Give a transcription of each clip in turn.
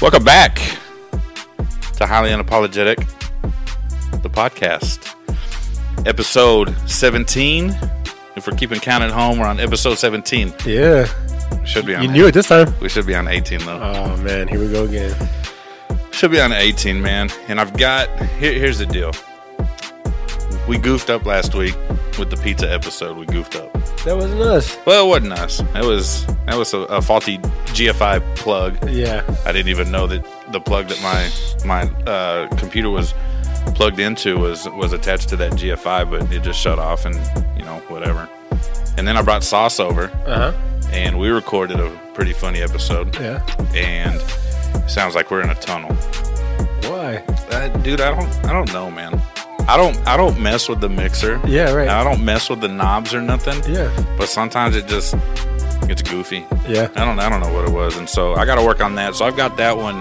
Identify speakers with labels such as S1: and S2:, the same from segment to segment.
S1: Welcome back to Highly Unapologetic, the podcast, episode 17. If we're keeping count at home, we're on episode 17.
S2: Yeah.
S1: We should be on.
S2: You knew it this time.
S1: We should be on 18 though.
S2: Oh man, here we go again. Oh.
S1: should be on 18, man. And I've got here, here's the deal. We goofed up last week with the pizza episode. We goofed up.
S2: That wasn't us.
S1: Well, it wasn't us. That was that was a, a faulty GFI plug.
S2: Yeah.
S1: I didn't even know that the plug that my my uh, computer was plugged into was was attached to that GFI, but it just shut off and you know whatever. And then I brought Sauce over,
S2: Uh huh.
S1: and we recorded a pretty funny episode.
S2: Yeah.
S1: And it sounds like we're in a tunnel,
S2: Why?
S1: uh, dude. I don't I don't know, man. I don't I don't mess with the mixer.
S2: Yeah. Right.
S1: I don't mess with the knobs or nothing.
S2: yeah.
S1: But sometimes it just gets goofy.
S2: Yeah.
S1: I don't I don't know what it was, and so I got to work on that. So I've got that one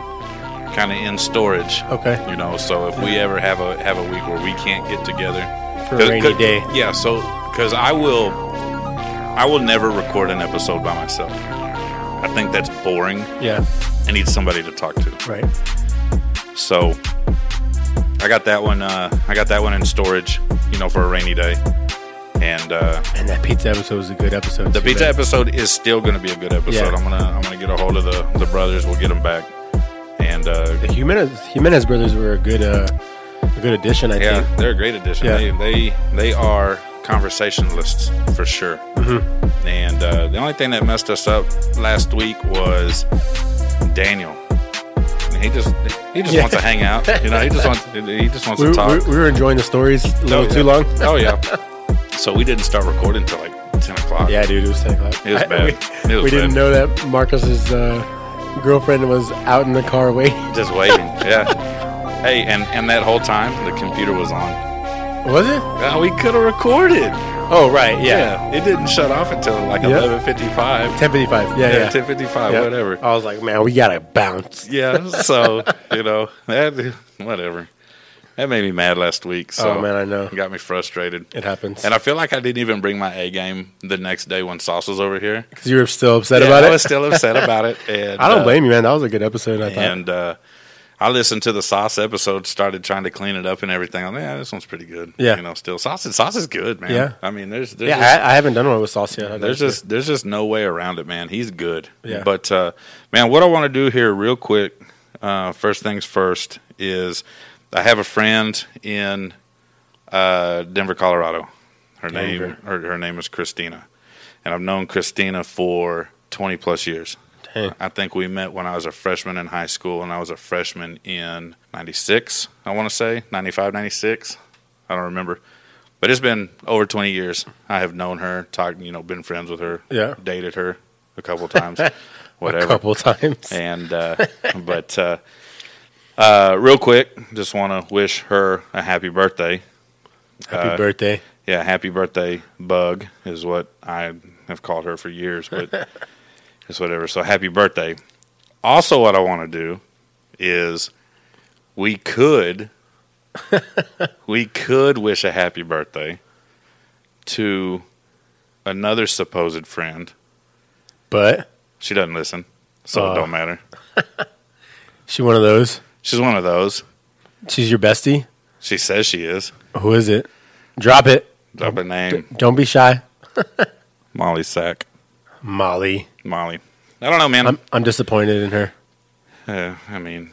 S1: kind of in storage.
S2: Okay.
S1: You know, so if we ever have a have a week where we can't get together
S2: For a
S1: 'Cause-
S2: rainy
S1: 'cause-
S2: day.
S1: yeah. So because I will, I will never record an episode by myself. I think that's boring.
S2: Yeah.
S1: I need somebody to talk to.
S2: Right.
S1: So I got that one. Uh, I got that one in storage. You know, for a rainy day. And uh,
S2: And that pizza episode was a good episode.
S1: the
S2: too,
S1: pizza
S2: man.
S1: episode is still going to be a good episode.
S2: Yeah.
S1: I'm gonna I'm gonna get a hold of the the brothers. We'll get them back. And uh,
S2: The Jimenez Jimenez brothers were a good uh a good addition. I
S1: Yeah,
S2: think.
S1: they're a great addition.
S2: Yeah.
S1: They, they they are conversationalists for sure.
S2: Mm-hmm.
S1: And uh, the only thing that messed us up last week was Daniel. And He just he just
S2: Yeah.
S1: wants to hang out. You know, he just wants he just wants
S2: We,
S1: to talk.
S2: we, we were enjoying the stories a little
S1: yeah.
S2: too long.
S1: oh yeah. So we didn't start recording till like ten o'clock.
S2: Yeah, dude, it was ten o'clock.
S1: It was
S2: I-
S1: bad.
S2: we
S1: It was
S2: we didn't
S1: bad.
S2: know that Marcus's uh, girlfriend was out in the car waiting.
S1: Just waiting. yeah. Hey, and and that whole time the computer was on.
S2: Was it?
S1: Uh, we could have recorded.
S2: Oh, right. Yeah.
S1: It didn't shut off until like
S2: Yeah.
S1: eleven fifty five.
S2: Ten fifty five. Yeah.
S1: Yeah,
S2: Yeah.
S1: ten fifty five,
S2: Yep.
S1: whatever.
S2: I was like, man, we gotta bounce.
S1: yeah so you know that whatever that made me mad last week so
S2: oh man, I know
S1: it got me frustrated
S2: it happens.
S1: and i feel like i didn't even bring my a game the next day when sauce was over here
S2: Because you were still upset
S1: Yeah,
S2: about
S1: i
S2: it.
S1: was still upset about it and
S2: I don't
S1: uh,
S2: blame you, man. That was a good episode. I thought.
S1: and uh I listened to the sauce episode, started trying to clean it up and everything. I'm like, yeah, this one's pretty good.
S2: Yeah.
S1: you know, still sauce. is- Sauce is good, man.
S2: Yeah.
S1: I mean, there's there's
S2: yeah,
S1: just-
S2: I, I haven't done one with sauce yet.
S1: There's just there's just no way around it, man. He's good.
S2: Yeah.
S1: But uh, man, what I want to do here, real quick, uh, first things first, is I have a friend in uh, Denver, Colorado. Her name
S2: Denver.
S1: her, her name is Christina, and I've known Christina for 20 plus years.
S2: Dang.
S1: I think we met when I was a freshman in high school, and I was a freshman in 96, I want to say, 95, 96. I don't remember. But it's been over 20 years. I have known her, talked, you know, been friends with her,
S2: Yeah.
S1: dated her a couple times, whatever.
S2: a couple times.
S1: And, uh, but, uh, uh, real quick, just want to wish her a happy birthday.
S2: Happy
S1: uh,
S2: birthday.
S1: Yeah, happy birthday, Bug, is what I have called her for years, but it's whatever. So happy birthday. Also, what I want to do is we could we could wish a happy birthday to another supposed friend.
S2: But
S1: She doesn't listen, so
S2: Uh.
S1: it don't matter.
S2: she one of those.
S1: She's one of those.
S2: She's your bestie.
S1: She says she is.
S2: Who is it? Drop it.
S1: Drop a name.
S2: Don't be shy.
S1: Molly Sack.
S2: Molly.
S1: Molly. I don't know, man.
S2: I'm I'm disappointed in her.
S1: Uh, I mean,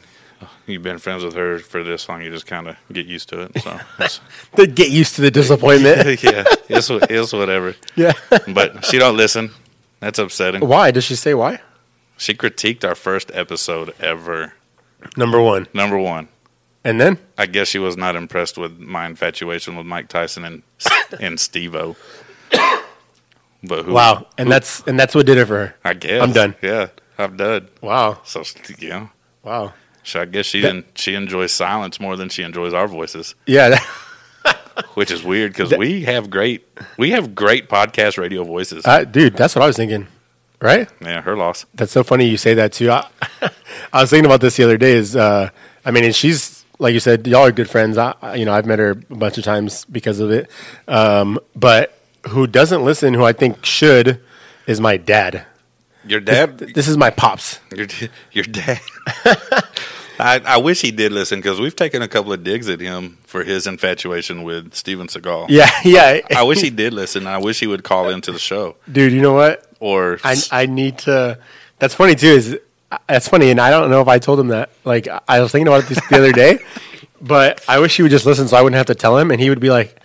S1: you've been friends with her for this long. You just kind of get used to it. So, it's-
S2: They get used to the disappointment.
S1: yeah, it's, wha- it's whatever.
S2: yeah.
S1: But she don't listen. That's upsetting.
S2: why? Does she say why?
S1: She critiqued our first episode ever.
S2: Number one.
S1: Number one.
S2: And then?
S1: I guess she was not impressed with my infatuation with Mike Tyson and and Steve-O. But who,
S2: Wow. And that's and that's what did it for her.
S1: I guess
S2: I'm done.
S1: Yeah, I'm done.
S2: Wow.
S1: So yeah,
S2: Wow.
S1: so I guess she
S2: That-
S1: didn't, she enjoys silence more than she enjoys our voices,
S2: Yeah. that-
S1: which is weird because we have great we have great podcast radio voices.
S2: uh, dude, that's what I was thinking. Right?
S1: yeah, her loss.
S2: That's so funny you say that too. I, I was thinking about this the other day. Is uh, I mean, and she's like you said, y'all are good friends. I, I- you know, I've met her a bunch of times because of it. Um, but who doesn't listen? Who I think should is my dad.
S1: Your dad,
S2: This is my pops.
S1: your your dad. I, I wish he did listen because we've taken a couple of digs at him for his infatuation with Steven Seagal.
S2: Yeah, yeah,
S1: I wish he did listen. I wish he would call into the show.
S2: dude. You know what?
S1: Or
S2: I I need to. That's funny too. Is that's funny, and I don't know if I told him that. Like I- I was thinking about this the other day, but I wish he would just listen, so I wouldn't have to tell him, and he would be like,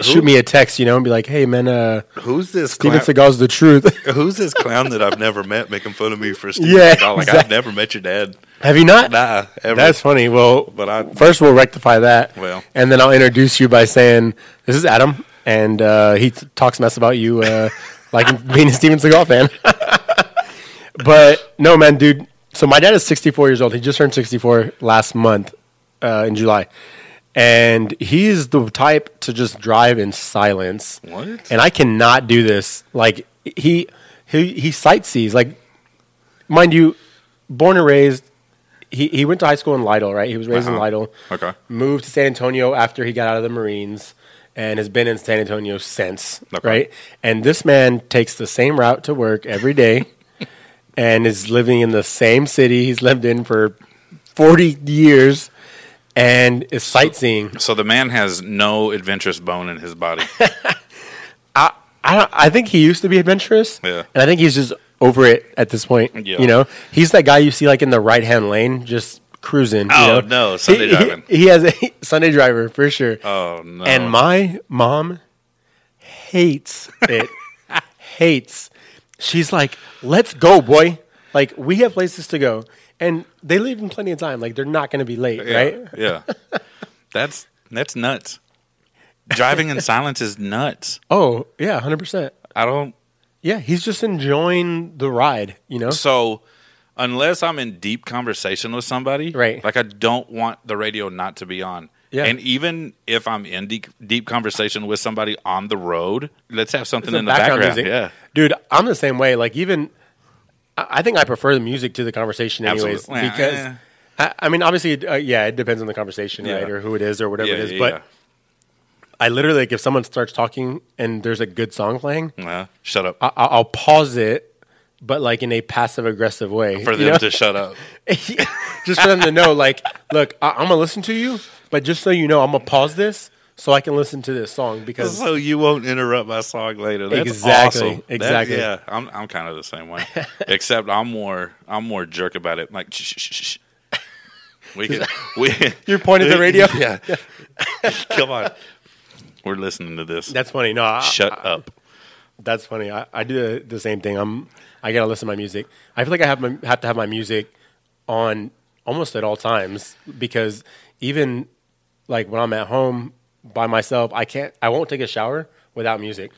S2: shoot me a text, you know, and be like, hey man, uh,
S1: who's this
S2: Steven Seagal's the truth.
S1: Who's this clown that I've never met making fun of me for Steven
S2: Yeah,
S1: Seagal? Like I've
S2: exactly.
S1: never met your dad.
S2: Have you not?
S1: Nah, ever.
S2: That's funny. Well,
S1: But I-
S2: first we'll rectify that.
S1: Well.
S2: and then I'll introduce you by saying this is Adam, and uh, he t- talks mess about you, uh, like him being a Steven Seagal fan. but no, man, dude. So my dad is 64 years old. He just turned 64 last month uh, in July, and he is the type to just drive in silence.
S1: What?
S2: And I cannot do this. Like he he he sightsees like mind you, born and raised. He he went to high school in Lytle, right? He was raised in
S1: Uh-huh.
S2: Lytle.
S1: Okay.
S2: Moved to San Antonio after he got out of the Marines, and has been in San Antonio since.
S1: Okay.
S2: Right. And this man takes the same route to work every day, and is living in the same city he's lived in for forty years, and is sightseeing.
S1: So the man has no adventurous bone in his body.
S2: I don't, I think he used to be adventurous.
S1: Yeah.
S2: And I think he's just over it at this point.
S1: Yeah.
S2: You know, he's that guy you see like in the right hand lane, just cruising. you
S1: Oh,
S2: know?
S1: no, Sunday
S2: He- he-
S1: driving.
S2: He, has a Sunday driver for sure.
S1: Oh no!
S2: And my mom hates it. hates. She's like, "Let's go, boy! Like we have places to go." And they leave in plenty of time. Like they're not going to be late,
S1: yeah,
S2: right?
S1: Yeah, that's that's nuts. Driving in silence is nuts.
S2: Oh yeah, hundred percent.
S1: I don't.
S2: Yeah, he's just enjoying the ride. You know,
S1: So unless I'm in deep conversation with somebody,
S2: Right.
S1: Like I don't want the radio not to be on.
S2: Yeah.
S1: And even if I'm in deep deep conversation with somebody on the road, let's have something in the
S2: background
S1: background.
S2: music.
S1: Yeah.
S2: dude, I'm the same way. Like even, I I think I prefer the music to the conversation, anyways,
S1: Absolutely. Yeah,
S2: because.
S1: yeah.
S2: I, I mean, obviously, uh, yeah, it depends on the conversation,
S1: Yeah.
S2: right, or who it is, or whatever
S1: Yeah,
S2: it is.
S1: yeah,
S2: but
S1: yeah.
S2: I literally, like, if someone starts talking and there's a good song playing,
S1: Nah, shut up.
S2: I, I- I'll pause it, but like in a passive aggressive way
S1: for
S2: you
S1: them
S2: know?
S1: to shut up.
S2: just for them to know, like, look, I, I'm gonna listen to you, but just so you know, I'm gonna pause this so I can listen to this song because
S1: So you won't interrupt my song later. That's
S2: Exactly,
S1: awesome. That-
S2: exactly.
S1: yeah, I'm I'm kind of the same way. Except I'm more I'm more jerk about it. Like shh, shh, shh, shh. we can, we
S2: you're pointing at the radio.
S1: Yeah. Come on. We're listening to this.
S2: That's funny. No, I,
S1: shut up.
S2: That's funny. I, I do the, the same thing. I'm I gotta listen to my music. I feel like I have my, have to have my music on almost at all times because even like when I'm at home by myself, I can't. I won't take a shower without music.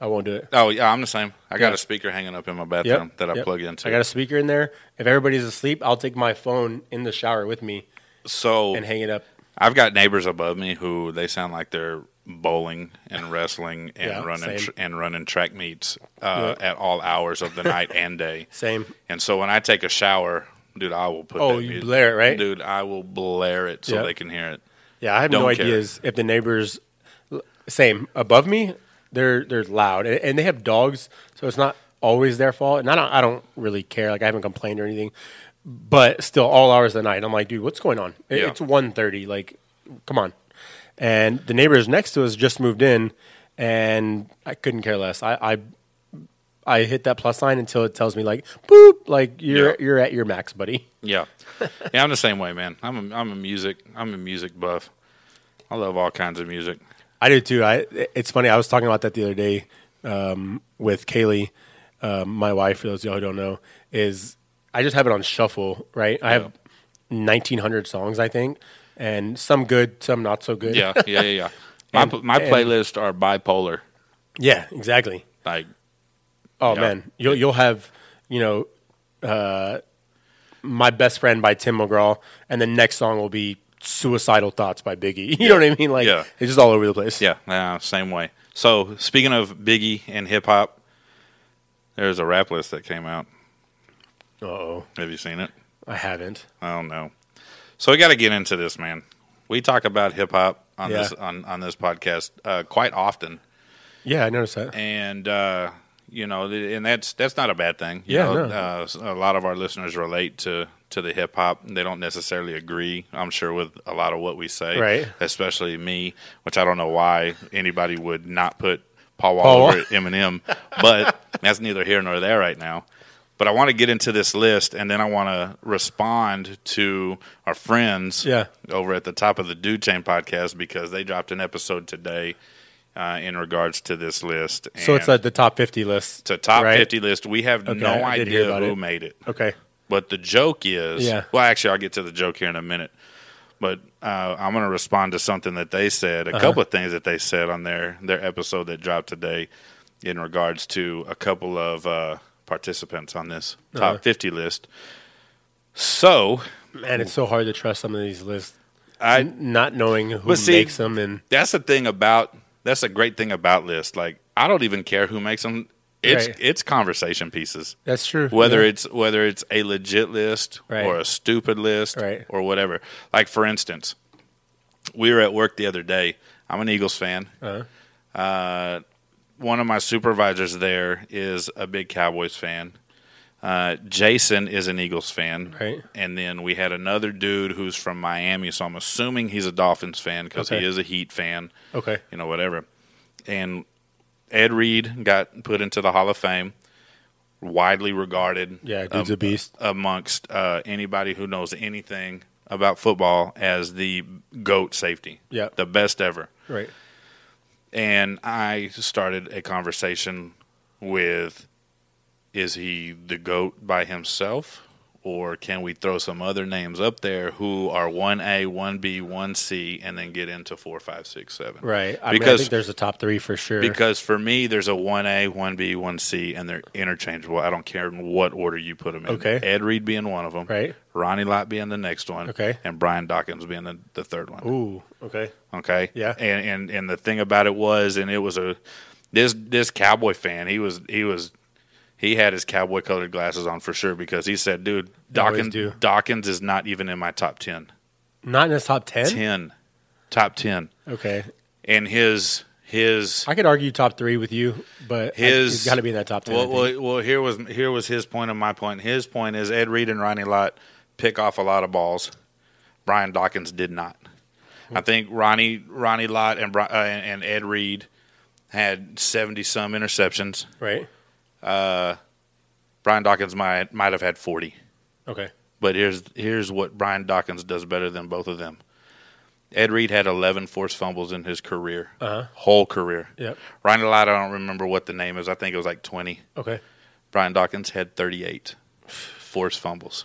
S2: I won't do it.
S1: Oh yeah, I'm the same. I got
S2: Yeah.
S1: a speaker hanging up in my bathroom that I
S2: yep.
S1: plug into.
S2: I got a speaker in there. If everybody's asleep, I'll take my phone in the shower with me
S1: so
S2: and hang it up.
S1: I've got neighbors above me who they sound like they're bowling and wrestling and
S2: Yeah,
S1: running
S2: same.
S1: and running track meets uh, at all hours of the night and day.
S2: Same.
S1: And so when I take a shower, dude, I will put.
S2: Oh,
S1: that
S2: you
S1: music-
S2: blare it, right?
S1: Dude, I will blare it so
S2: Yeah.
S1: they can hear it.
S2: Yeah, I have no
S1: Don't care.
S2: ideas if the neighbors l- same above me. They're they're loud and, and they have dogs, so it's not always their fault. And I don't I don't really care. Like I haven't complained or anything, but still, all hours of the night, I'm like, dude, what's going on? It,
S1: Yeah.
S2: It's 1.30, Like, come on. And the neighbors next to us just moved in, and I couldn't care less. I, I I hit that plus sign until it tells me like boop, like you're
S1: Yeah.
S2: you're at your max, buddy.
S1: Yeah, yeah. I'm the same way, man. I'm a, I'm a music I'm a music buff. I love all kinds of music.
S2: I do too. I it's funny. I was talking about that the other day um, with Kaylee, um, my wife. For those of y'all who don't know, is I just have it on shuffle. Right, I have nineteen hundred songs, I think, and some good, some not so good.
S1: Yeah, yeah, yeah. yeah. My
S2: And-
S1: pl- my
S2: and-
S1: playlists are bipolar.
S2: yeah, exactly.
S1: Like
S2: Oh
S1: Yeah.
S2: man, you'll you'll have you know, uh, my best friend by Tim McGraw, and the next song will be suicidal thoughts by Biggie. You know what I mean? Like
S1: Yeah.
S2: it's just all over the place.
S1: Yeah, nah, same way. So speaking of Biggie and hip hop, there's a rap list that came out.
S2: Oh,
S1: Have you seen it?
S2: I haven't.
S1: I don't know. So we got to get into this, man. We talk about hip hop on
S2: Yeah.
S1: this on, on this podcast uh, quite often,
S2: Yeah, I noticed that.
S1: and uh, you know, th- and that's that's not a bad thing. You
S2: Yeah,
S1: know,
S2: no.
S1: uh, s- a lot of our listeners relate to to the hip hop. They don't necessarily agree, I'm sure, with a lot of what we say,
S2: Right.
S1: Especially me, which I don't know why anybody would not put Paul Wall
S2: Paul Wall.
S1: over Eminem, but that's neither here nor there right now. But I want to get into this list, and then I want to respond to our friends
S2: Yeah.
S1: over at the top of the Dude Chain podcast because they dropped an episode today uh, in regards to this list.
S2: So it's
S1: And
S2: like the top fifty list.
S1: it's a top
S2: right?
S1: 50 list. We have no
S2: I did hear
S1: idea
S2: about
S1: who
S2: it.
S1: made it.
S2: Okay.
S1: But the joke is,
S2: Yeah.
S1: well, actually, I'll get to the joke here in a minute. But uh, I'm going to respond to something that they said,
S2: Uh-huh.
S1: a couple of things that they said on their their episode that dropped today, in regards to a couple of uh, participants on this
S2: Uh-huh.
S1: top 50 list. So
S2: Man, it's so hard to trust some of these lists,
S1: I
S2: not knowing who
S1: But see-
S2: makes them, and
S1: that's the thing about that's a great thing about lists. Like I don't even care who makes them. It's
S2: Right.
S1: it's conversation pieces.
S2: that's true.
S1: whether
S2: Yeah.
S1: it's whether it's a legit list
S2: Right.
S1: or a stupid list
S2: Right.
S1: or whatever. Like for instance, we were at work the other day. I'm an Eagles fan. uh one of my supervisors there is a big Cowboys fan. Uh, Jason is an Eagles fan,
S2: Right.
S1: And then we had another dude who's from Miami, so I'm assuming he's a Dolphins fan because
S2: Okay.
S1: he is a Heat fan
S2: okay,
S1: you know, whatever. And Ed Reed got put into the Hall of Fame, widely regarded.
S2: yeah, dude's
S1: um,
S2: a beast.
S1: amongst uh, anybody who knows anything about football as the goat safety.
S2: Yeah.
S1: the best ever.
S2: Right,
S1: And I started a conversation with, is he the goat by himself? Or can we throw some other names up there who are one A, one B, one C, and then get into four, five, six, seven?
S2: right. I mean, I
S1: Because
S2: think there's a top three for sure.
S1: because for me, there's a 1A, 1B, 1C, and they're interchangeable. I don't care in what order you put them in.
S2: Okay.
S1: Ed Reed being one of them.
S2: Right.
S1: Ronnie Lott being the next one.
S2: Okay.
S1: And Brian Dawkins being the, the third one.
S2: Ooh, okay,
S1: Okay.
S2: Yeah.
S1: And, and and the thing about it was, and it was a this this cowboy fan. He was he was he had his cowboy colored glasses on for sure because he said, "Dude,
S2: They always
S1: Dawkins
S2: do.
S1: Dawkins is not even in my top ten.
S2: not in his top ten.
S1: Ten, top ten,
S2: Okay,
S1: and his his
S2: I could argue top three with you, but I-
S1: his
S2: he's got to be in that top ten. I
S1: Well,
S2: think.
S1: well, well, here was here was his point and my point. His point is Ed Reed and Ronnie Lott pick off a lot of balls. Brian Dawkins did not. I think Ronnie Ronnie Lott and Bri- uh, and and Ed Reed had seventy some interceptions.
S2: right?
S1: Brian Dawkins might might have had forty.
S2: Okay,
S1: But here's here's what Brian Dawkins does better than both of them. Ed Reed had 11 forced fumbles in his career,
S2: Uh-huh.
S1: whole career.
S2: Yep.
S1: Ronnie Lott, I don't remember what the name is. I think it was like 20.
S2: okay.
S1: Brian Dawkins had 38 forced fumbles.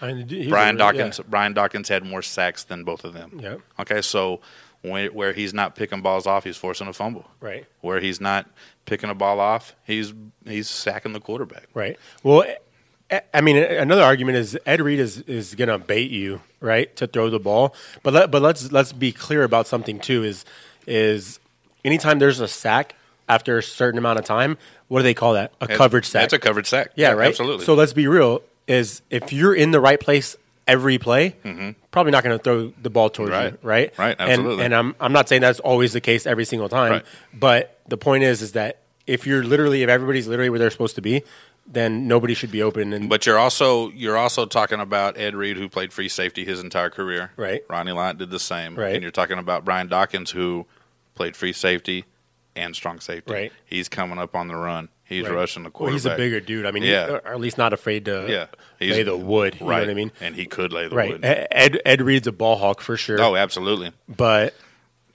S2: I mean, dude, he's a
S1: Brian
S2: really- yeah.
S1: Dawkins Brian Dawkins had more sacks than both of them.
S2: Yep.
S1: Okay, so when, where he's not picking balls off, he's forcing a fumble.
S2: Right.
S1: Where he's not picking a ball off, he's he's sacking the quarterback.
S2: Right. Well, I- I mean, another argument is Ed Reed is, is going to bait you right to throw the ball, but let, but let's let's be clear about something too. Is is anytime there's a sack after a certain amount of time, what do they call that? A coverage sack.
S1: That's a coverage sack.
S2: yeah, right.
S1: Absolutely.
S2: So let's be real: is if you're in the right place every play, probably not going to throw the ball towards
S1: Mm-hmm. Right.
S2: you, right?
S1: Right,
S2: And-
S1: absolutely.
S2: And, I'm I'm not saying that's always the case every single time,
S1: Right.
S2: but the point is is that if you're literally if everybody's literally where they're supposed to be, then nobody should be open. And
S1: But you're also you're also talking about Ed Reed, who played free safety his entire career.
S2: Right.
S1: Ronnie Lott did the same.
S2: Right.
S1: And you're talking about Brian Dawkins, who played free safety and strong safety.
S2: Right.
S1: He's coming up on the run. He's
S2: Right.
S1: rushing the
S2: Well,
S1: quarterback.
S2: he's a bigger dude. I mean, yeah.
S1: Yeah.
S2: or at least not afraid to
S1: Yeah.
S2: lay the wood. You know what I mean?
S1: And he could lay the
S2: Right.
S1: wood.
S2: E- Ed Ed Reed's a ball hawk for sure.
S1: Oh, absolutely.
S2: But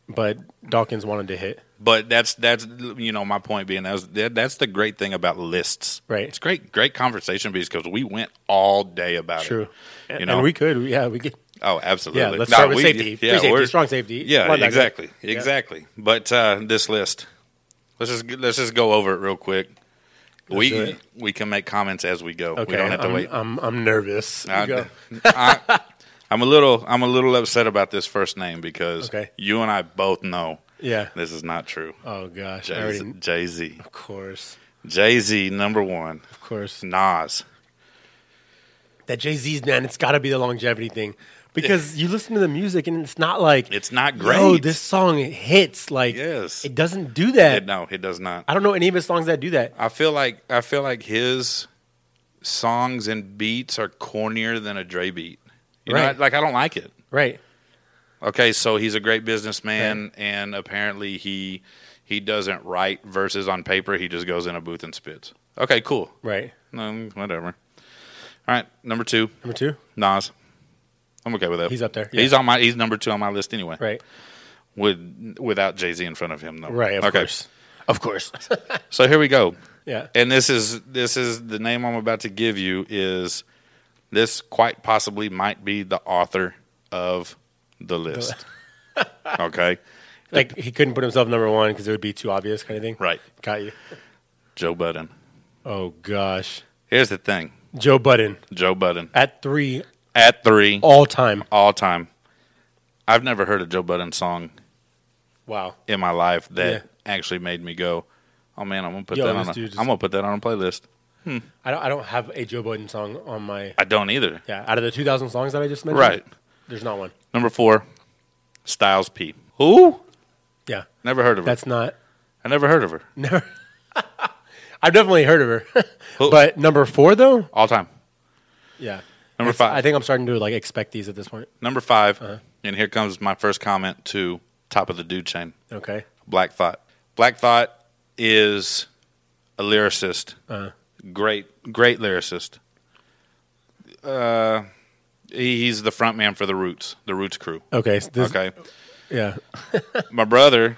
S2: but Dawkins wanted to hit.
S1: But that's that's you know my point being that's that, that's the great thing about lists.
S2: Right.
S1: It's great great conversation piece because we went all day about
S2: True.
S1: it.
S2: And,
S1: You know.
S2: and we could. Yeah, we could.
S1: oh, absolutely.
S2: Yeah, let's
S1: No,
S2: start with
S1: we-
S2: safety. Free safety,
S1: we're-
S2: strong safety.
S1: Yeah,
S2: Linebacker.
S1: exactly,
S2: Yeah.
S1: exactly. But uh, this list, let's just let's just go over it real quick.
S2: do
S1: we
S2: it.
S1: we can make comments as we go.
S2: Okay.
S1: we don't have to
S2: I'm,
S1: wait.
S2: I'm I'm nervous. You go.
S1: I, am a little I'm a little upset about this first name because
S2: Okay.
S1: you and I both know
S2: Yeah.
S1: this is not true.
S2: Oh gosh. I already,
S1: Jay Z,
S2: of course.
S1: Jay Z, number one,
S2: Of course.
S1: Nas.
S2: That Jay Z's man, it's got to be the longevity thing because you listen to the music and it's not like
S1: It's not great.
S2: Yo, this song hits. Like
S1: Yes.
S2: it doesn't do that.
S1: It- no, it does not.
S2: I don't know any of his songs that do that.
S1: I feel like I feel like his songs and beats are cornier than a Dre beat. You know,
S2: Right.
S1: I- like I don't like it.
S2: Right.
S1: Okay, so he's a great businessman, and apparently he he doesn't write verses on paper. He just goes in a booth and spits. Okay, cool.
S2: Right.
S1: Um, whatever. All right, number two,
S2: Number two.
S1: Nas. I'm okay with that.
S2: He's up there,
S1: He's
S2: yeah.
S1: on my. He's number two on my list anyway.
S2: Right.
S1: With without Jay Z in front of him though.
S2: Right. Of course. Of course.
S1: So here we go.
S2: yeah.
S1: And this is this is the name I'm about to give you is this quite possibly might be the author of the list. okay,
S2: Like he couldn't put himself number one because it would be too obvious, kind of thing.
S1: right.
S2: Got you.
S1: Joe Budden.
S2: Oh gosh.
S1: Here's the thing,
S2: Joe Budden
S1: Joe Budden
S2: at three
S1: at three
S2: all time.
S1: all time. I've never heard a Joe Budden song
S2: Wow.
S1: in my life that
S2: Yeah.
S1: actually made me go, "Oh man, I'm gonna put
S2: Yo,
S1: that
S2: this
S1: on. A,
S2: dude is-
S1: I'm gonna put that on a playlist."
S2: I don't. I don't have a Joe Budden song on my.
S1: I don't either.
S2: Yeah. Out of the two thousand songs that I just mentioned.
S1: Right.
S2: There's not one.
S1: Number four, Styles P. Who?
S2: Yeah.
S1: Never heard of her.
S2: That's not.
S1: I never heard of her.
S2: Never. I've definitely heard of her,
S1: Who-
S2: but number four though.
S1: All time.
S2: Yeah.
S1: Number
S2: It's-
S1: five.
S2: I think I'm starting to like expect these at this point.
S1: Number 5
S2: Uh-huh.
S1: and here comes my first comment to top of the dude chain.
S2: Okay.
S1: Black Thought. Black Thought is a lyricist. Great, great lyricist. Uh, he- he's the front man for the Roots, the Roots crew.
S2: Okay. so this-
S1: Okay.
S2: Yeah.
S1: my brother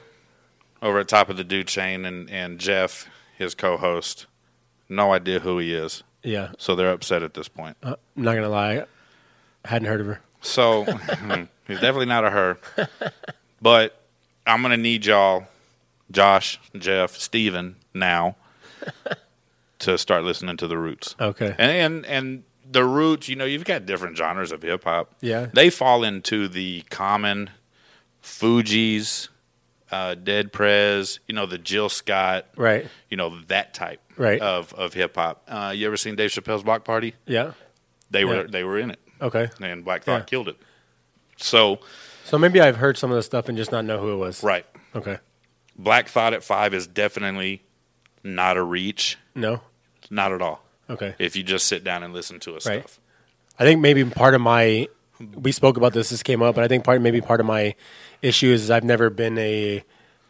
S1: over at top of the dude chain and, and jeff his co-host no idea who he is
S2: Yeah.
S1: so they're upset at this point
S2: Uh, I'm not gonna lie. I hadn't heard of her.
S1: so he's definitely not a her but i'm gonna need y'all josh jeff steven now to start listening to the roots
S2: Okay.
S1: and and, and the roots you know you've got different genres of hip-hop
S2: Yeah.
S1: they fall into the common fuji's uh, dead prez you know the jill scott
S2: Right.
S1: you know that type
S2: Right.
S1: of of hip hop. Uh, you ever seen Dave Chappelle's Block Party?
S2: Yeah.
S1: They were
S2: Yeah.
S1: they were in it,
S2: Okay.
S1: and Black Thought
S2: Yeah.
S1: killed it. So
S2: So maybe I've heard some of the stuff and just not know who it was.
S1: right,
S2: Okay.
S1: Black Thought at five is definitely not a reach,
S2: No.
S1: not at all.
S2: Okay.
S1: If you just sit down and listen to his
S2: Right.
S1: stuff,
S2: I think maybe part of my we spoke about this. This came up, but I think part maybe part of my issue is I've never been a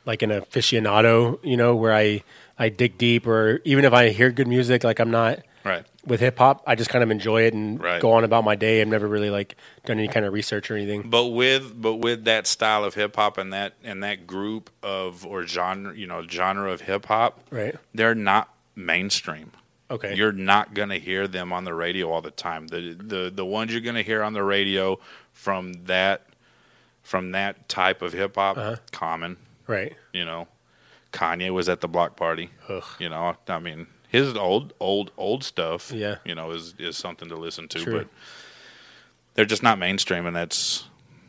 S2: like an aficionado. You know, where I I dig deep, or even if I hear good music, like I'm not
S1: right?
S2: with hip hop. I just kind of enjoy it and
S1: Right.
S2: go on about my day. I've never really like done any kind of research or anything.
S1: But with but with that style of hip hop and that and that group of or genre you know genre of hip hop,
S2: Right.
S1: they're not mainstream.
S2: Okay.
S1: You're not going to hear them on the radio all the time. The the the ones you're going to hear on the radio from that from that type of hip hop, common,
S2: right.
S1: you know. Kanye was at the block party.
S2: Ugh.
S1: You know, I mean, his old old old stuff,
S2: Yeah.
S1: you know, is is something to listen to,
S2: True.
S1: but they're just not mainstream and that's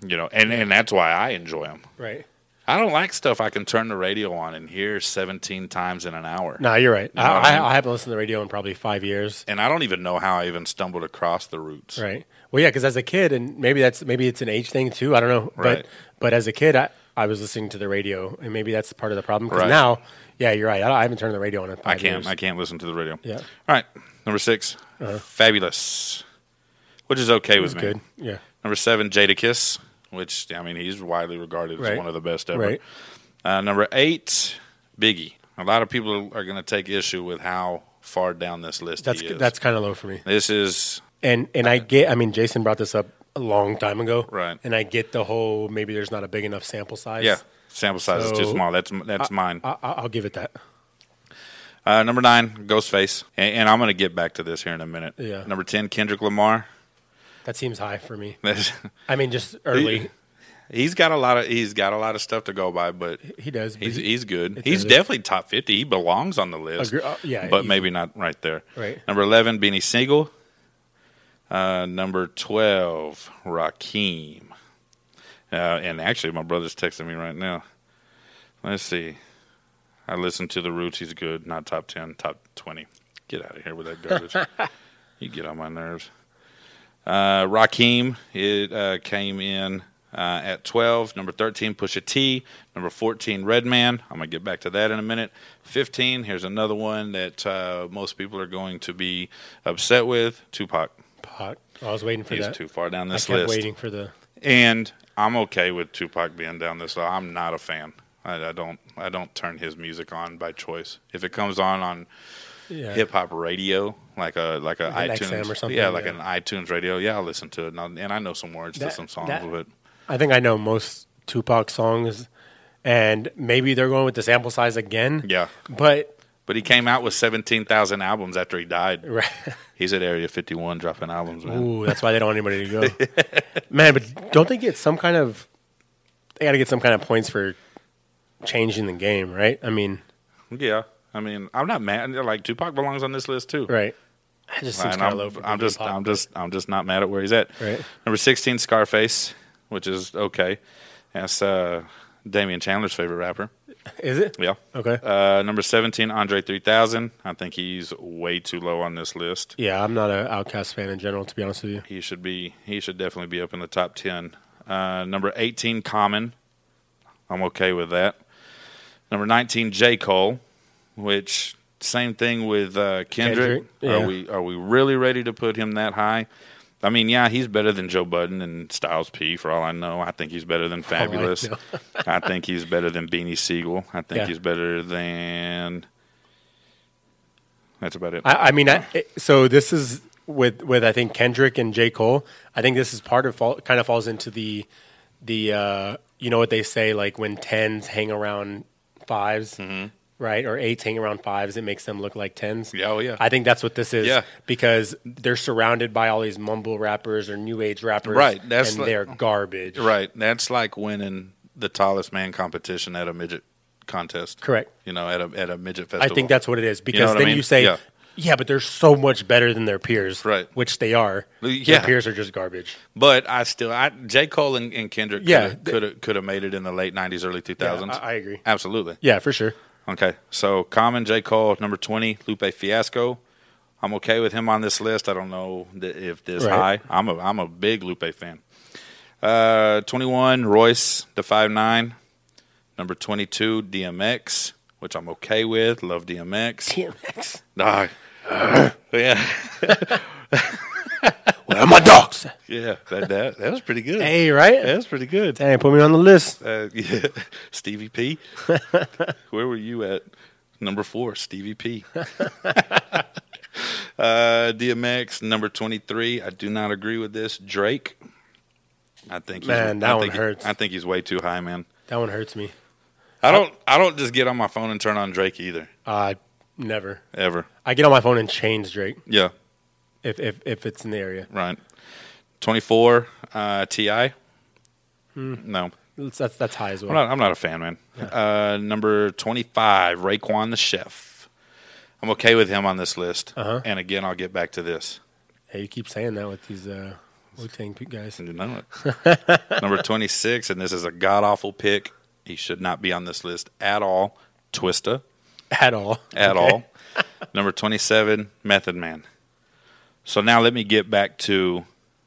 S1: you know, and and that's why I enjoy them.
S2: Right.
S1: I don't like stuff I can turn the radio on and hear 17 times in an hour.
S2: No, you're right.
S1: know what
S2: I,
S1: I mean?
S2: I, I haven't listened to the radio in probably five years.
S1: And I don't even know how I even stumbled across the roots.
S2: Right. Well, yeah, because as a kid, and maybe that's maybe it's an age thing too. I don't know.
S1: Right.
S2: But but as a kid, I, I was listening to the radio, and maybe that's part of the problem. Because
S1: Right.
S2: now, yeah, you're right. I, I haven't turned the radio on in
S1: I
S2: five
S1: can't.
S2: years.
S1: I can't listen to the radio.
S2: Yeah. Uh-huh.
S1: All right. Number 6 fabulous, which is okay with me.
S2: Good. Yeah.
S1: Number seven, Jadakiss, which I mean he's widely regarded as
S2: Right.
S1: one of the best ever.
S2: Right.
S1: Uh, number eight, Biggie. I A lot of people are going to take issue with how far down this list
S2: That's
S1: he is.
S2: that's kind of low for me.
S1: this is
S2: And and I get. I mean, Jason brought this up a long time ago,
S1: Right.
S2: And I get the whole maybe there's not a big enough sample size.
S1: yeah. Sample size is too
S2: So-
S1: small. That's that's mine.
S2: I, I- I'll give it that.
S1: Uh, number nine, Ghostface, and, and I'm going to get back to this here in a minute.
S2: Yeah.
S1: Number ten, Kendrick Lamar.
S2: That seems high for me.
S1: That's-
S2: I mean, just early.
S1: he's got a lot of he's got a lot of stuff to go by, but
S2: He does. but
S1: he's e
S2: he-
S1: he's good.
S2: it's
S1: he's
S2: early.
S1: definitely top fifty. He belongs on the list.
S2: Agree- uh, yeah,
S1: but
S2: easy.
S1: maybe not right there.
S2: Right.
S1: Number eleven, Beanie Siegel. Uh, number twelve, Rakim. Uh, and actually, my brother's texting me right now. Let's see. I listened to the Roots. He's good. Not top ten. Top twenty. Get out of here with that garbage. you get on my nerves. Uh, Rakim it uh, came in uh, at 12. Number 13, Pusha T. Number 14, Redman. I'm going to get back to that in a minute. 15, here's another one that uh, most people are going to be upset with Tupac.
S2: Pac. I was waiting for
S1: He's
S2: that.
S1: too far down
S2: I
S1: this
S2: kept
S1: list.
S2: waiting for the.
S1: And I'm okay with Tupac being down this. Low. I'm not a fan. I, I don't. I don't turn his music on by choice. If it comes on on
S2: Yeah.
S1: hip hop radio, like a like a
S2: Like an
S1: iTunes
S2: XM or something,
S1: Yeah, like
S2: yeah.
S1: an iTunes radio. Yeah, I will listen to it, and, I'll, and I know some words to
S2: That-
S1: some songs,
S2: that-
S1: but
S2: I think I know most Tupac songs, and maybe they're going with the sample size again.
S1: yeah.
S2: But
S1: But he came out with seventeen thousand albums after he died.
S2: right.
S1: He's at Area Fifty One dropping albums, man.
S2: Ooh, that's why they don't want anybody to go. Man, but don't they get some kind of? They got to get some kind of points for changing the game, right? I mean,
S1: Yeah, I mean, I'm not mad. Like Tupac belongs on this list too.
S2: right. That just seems
S1: And
S2: kind
S1: I'm,
S2: of low for
S1: I'm
S2: Biggie
S1: just,
S2: Pac.
S1: I'm just, I'm just not mad at where he's at.
S2: Right.
S1: Number sixteen, Scarface, which is okay. That's uh, Damian Chandler's favorite rapper.
S2: Is it?
S1: Yeah.
S2: Okay.
S1: Uh, number seventeen, Andre three thousand. I think he's way too low on this list.
S2: yeah, I'm not an Outcast fan in general, to be honest with you.
S1: He should be. He should definitely be up in the top ten. Uh, number eighteen, Common. I'm okay with that. Number nineteen, J Cole, which same thing with uh, Kendrick.
S2: Kendrick, yeah.
S1: Are we are we really ready to put him that high? I mean, yeah, he's better than Joe Budden and Styles P. For all I know, I think he's better than
S2: Oh, I
S1: Fabulous.
S2: know.
S1: I think he's better than Beanie Siegel. I think
S2: Yeah.
S1: he's better than. That's about it.
S2: I, I mean, I, it- so this is with with I think Kendrick and J Cole. I think this is part of fall, kind of falls into the the uh, you know what they say like when tens hang around 5s right, or eights hang around fives, it makes them look like tens.
S1: Mm-hmm. Yeah, oh, yeah.
S2: I think that's what this is.
S1: Yeah.
S2: because they're surrounded by all these mumble rappers or new age rappers,
S1: Right, that's
S2: and
S1: like-
S2: they're garbage.
S1: Right. That's like winning the tallest man competition at a midget contest.
S2: Correct.
S1: You know, at a at a midget
S2: I
S1: festival.
S2: think that's what it is because
S1: what I
S2: then
S1: mean?
S2: you say.
S1: Yeah.
S2: Yeah. but they're so much better than their peers,
S1: Right.
S2: Which they are.
S1: Yeah.
S2: Their peers are just garbage.
S1: But I still, I J Cole and, and Kendrick,
S2: Yeah,
S1: yeah, could have could have made it in the late '90s, early 2000s.
S2: Yeah, I- I agree.
S1: Absolutely.
S2: Yeah, for sure.
S1: Okay. So Common, J Cole, number 20, Lupe Fiasco. I'm okay with him on this list. I don't know th- if this high.
S2: Right.
S1: I'm a I'm a big Lupe fan. Uh, 21, Royce the five nine. Number 22, DMX, which I'm okay with. Love DMX.
S2: DMX.
S1: Nah. Uh, yeah.
S2: Where are my dogs?
S1: Yeah. That, that that was pretty good.
S2: Hey, right?
S1: That was pretty good.
S2: Hey, put me on the list.
S1: Uh, yeah. Stevie P. Where were you at? Number four, Stevie P. uh, DMX, number 23. I do not agree with this. Drake. I think he's,
S2: Man, that
S1: I
S2: one
S1: think he-
S2: hurts.
S1: I think he's way too high, man.
S2: That one hurts me.
S1: I don't I don't just get on my phone and turn on Drake either.
S2: Uh, never.
S1: Ever.
S2: I get on my phone and change Drake
S1: Yeah.
S2: if if, if it's in the area.
S1: Right. 24, uh, T.I.
S2: Hmm.
S1: No.
S2: That's that's, that's high as well.
S1: I'm not, I'm not a fan, man. Uh, number 25, Raekwon the Chef. I'm okay with him on this list.
S2: Uh-huh.
S1: And again, I'll get back to this.
S2: hey, you keep saying that with these uh, Wu Tang guys.
S1: You know it. number 26, and this is a god awful pick. He should not be on this list at all. Twista,
S2: At all.
S1: at
S2: Okay.
S1: all. number 27, Method Man. So now let me get back to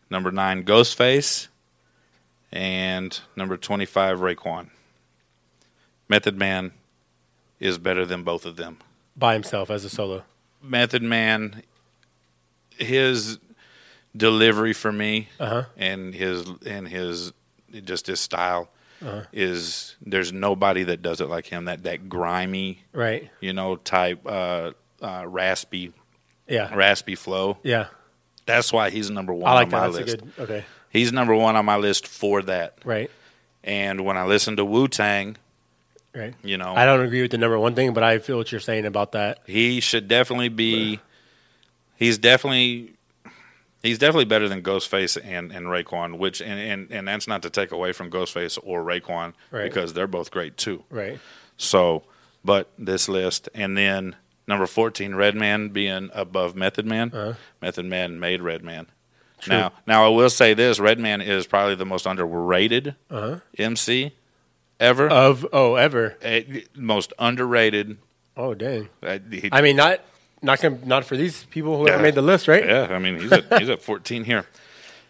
S1: number 9, Ghostface, and number 25, Raekwon. Method Man is better than both of them.
S2: By himself as a solo.
S1: Method Man, his delivery for me, and his and his just his style is there's nobody that does it like him. That that grimy,
S2: Right.
S1: you know, type uh, uh, raspy,
S2: Yeah.
S1: raspy flow.
S2: Yeah.
S1: That's why he's number one
S2: I like
S1: on
S2: that.
S1: my
S2: That's
S1: list.
S2: a good. Okay.
S1: He's number one on my list for that.
S2: Right.
S1: And when I listen to Wu Tang,
S2: Right.
S1: you know,
S2: I don't agree with the number one thing, but I feel what you're saying about that.
S1: he should definitely be. He's definitely. He's definitely better than Ghostface and, and Raekwon, which and, and, and that's not to take away from Ghostface or Raekwon
S2: Right.
S1: because they're both great too.
S2: Right.
S1: So, but this list, and then number fourteen, Redman being above Method Man. Method Man made Redman. Now, now I will say this: Redman is probably the most underrated MC ever.
S2: Of oh ever.
S1: Eh, most underrated.
S2: Oh dang.
S1: Uh, he-
S2: I mean, not not gonna, not for these people who
S1: Yeah.
S2: ever made the list, right?
S1: yeah, I mean he's at he's at fourteen here.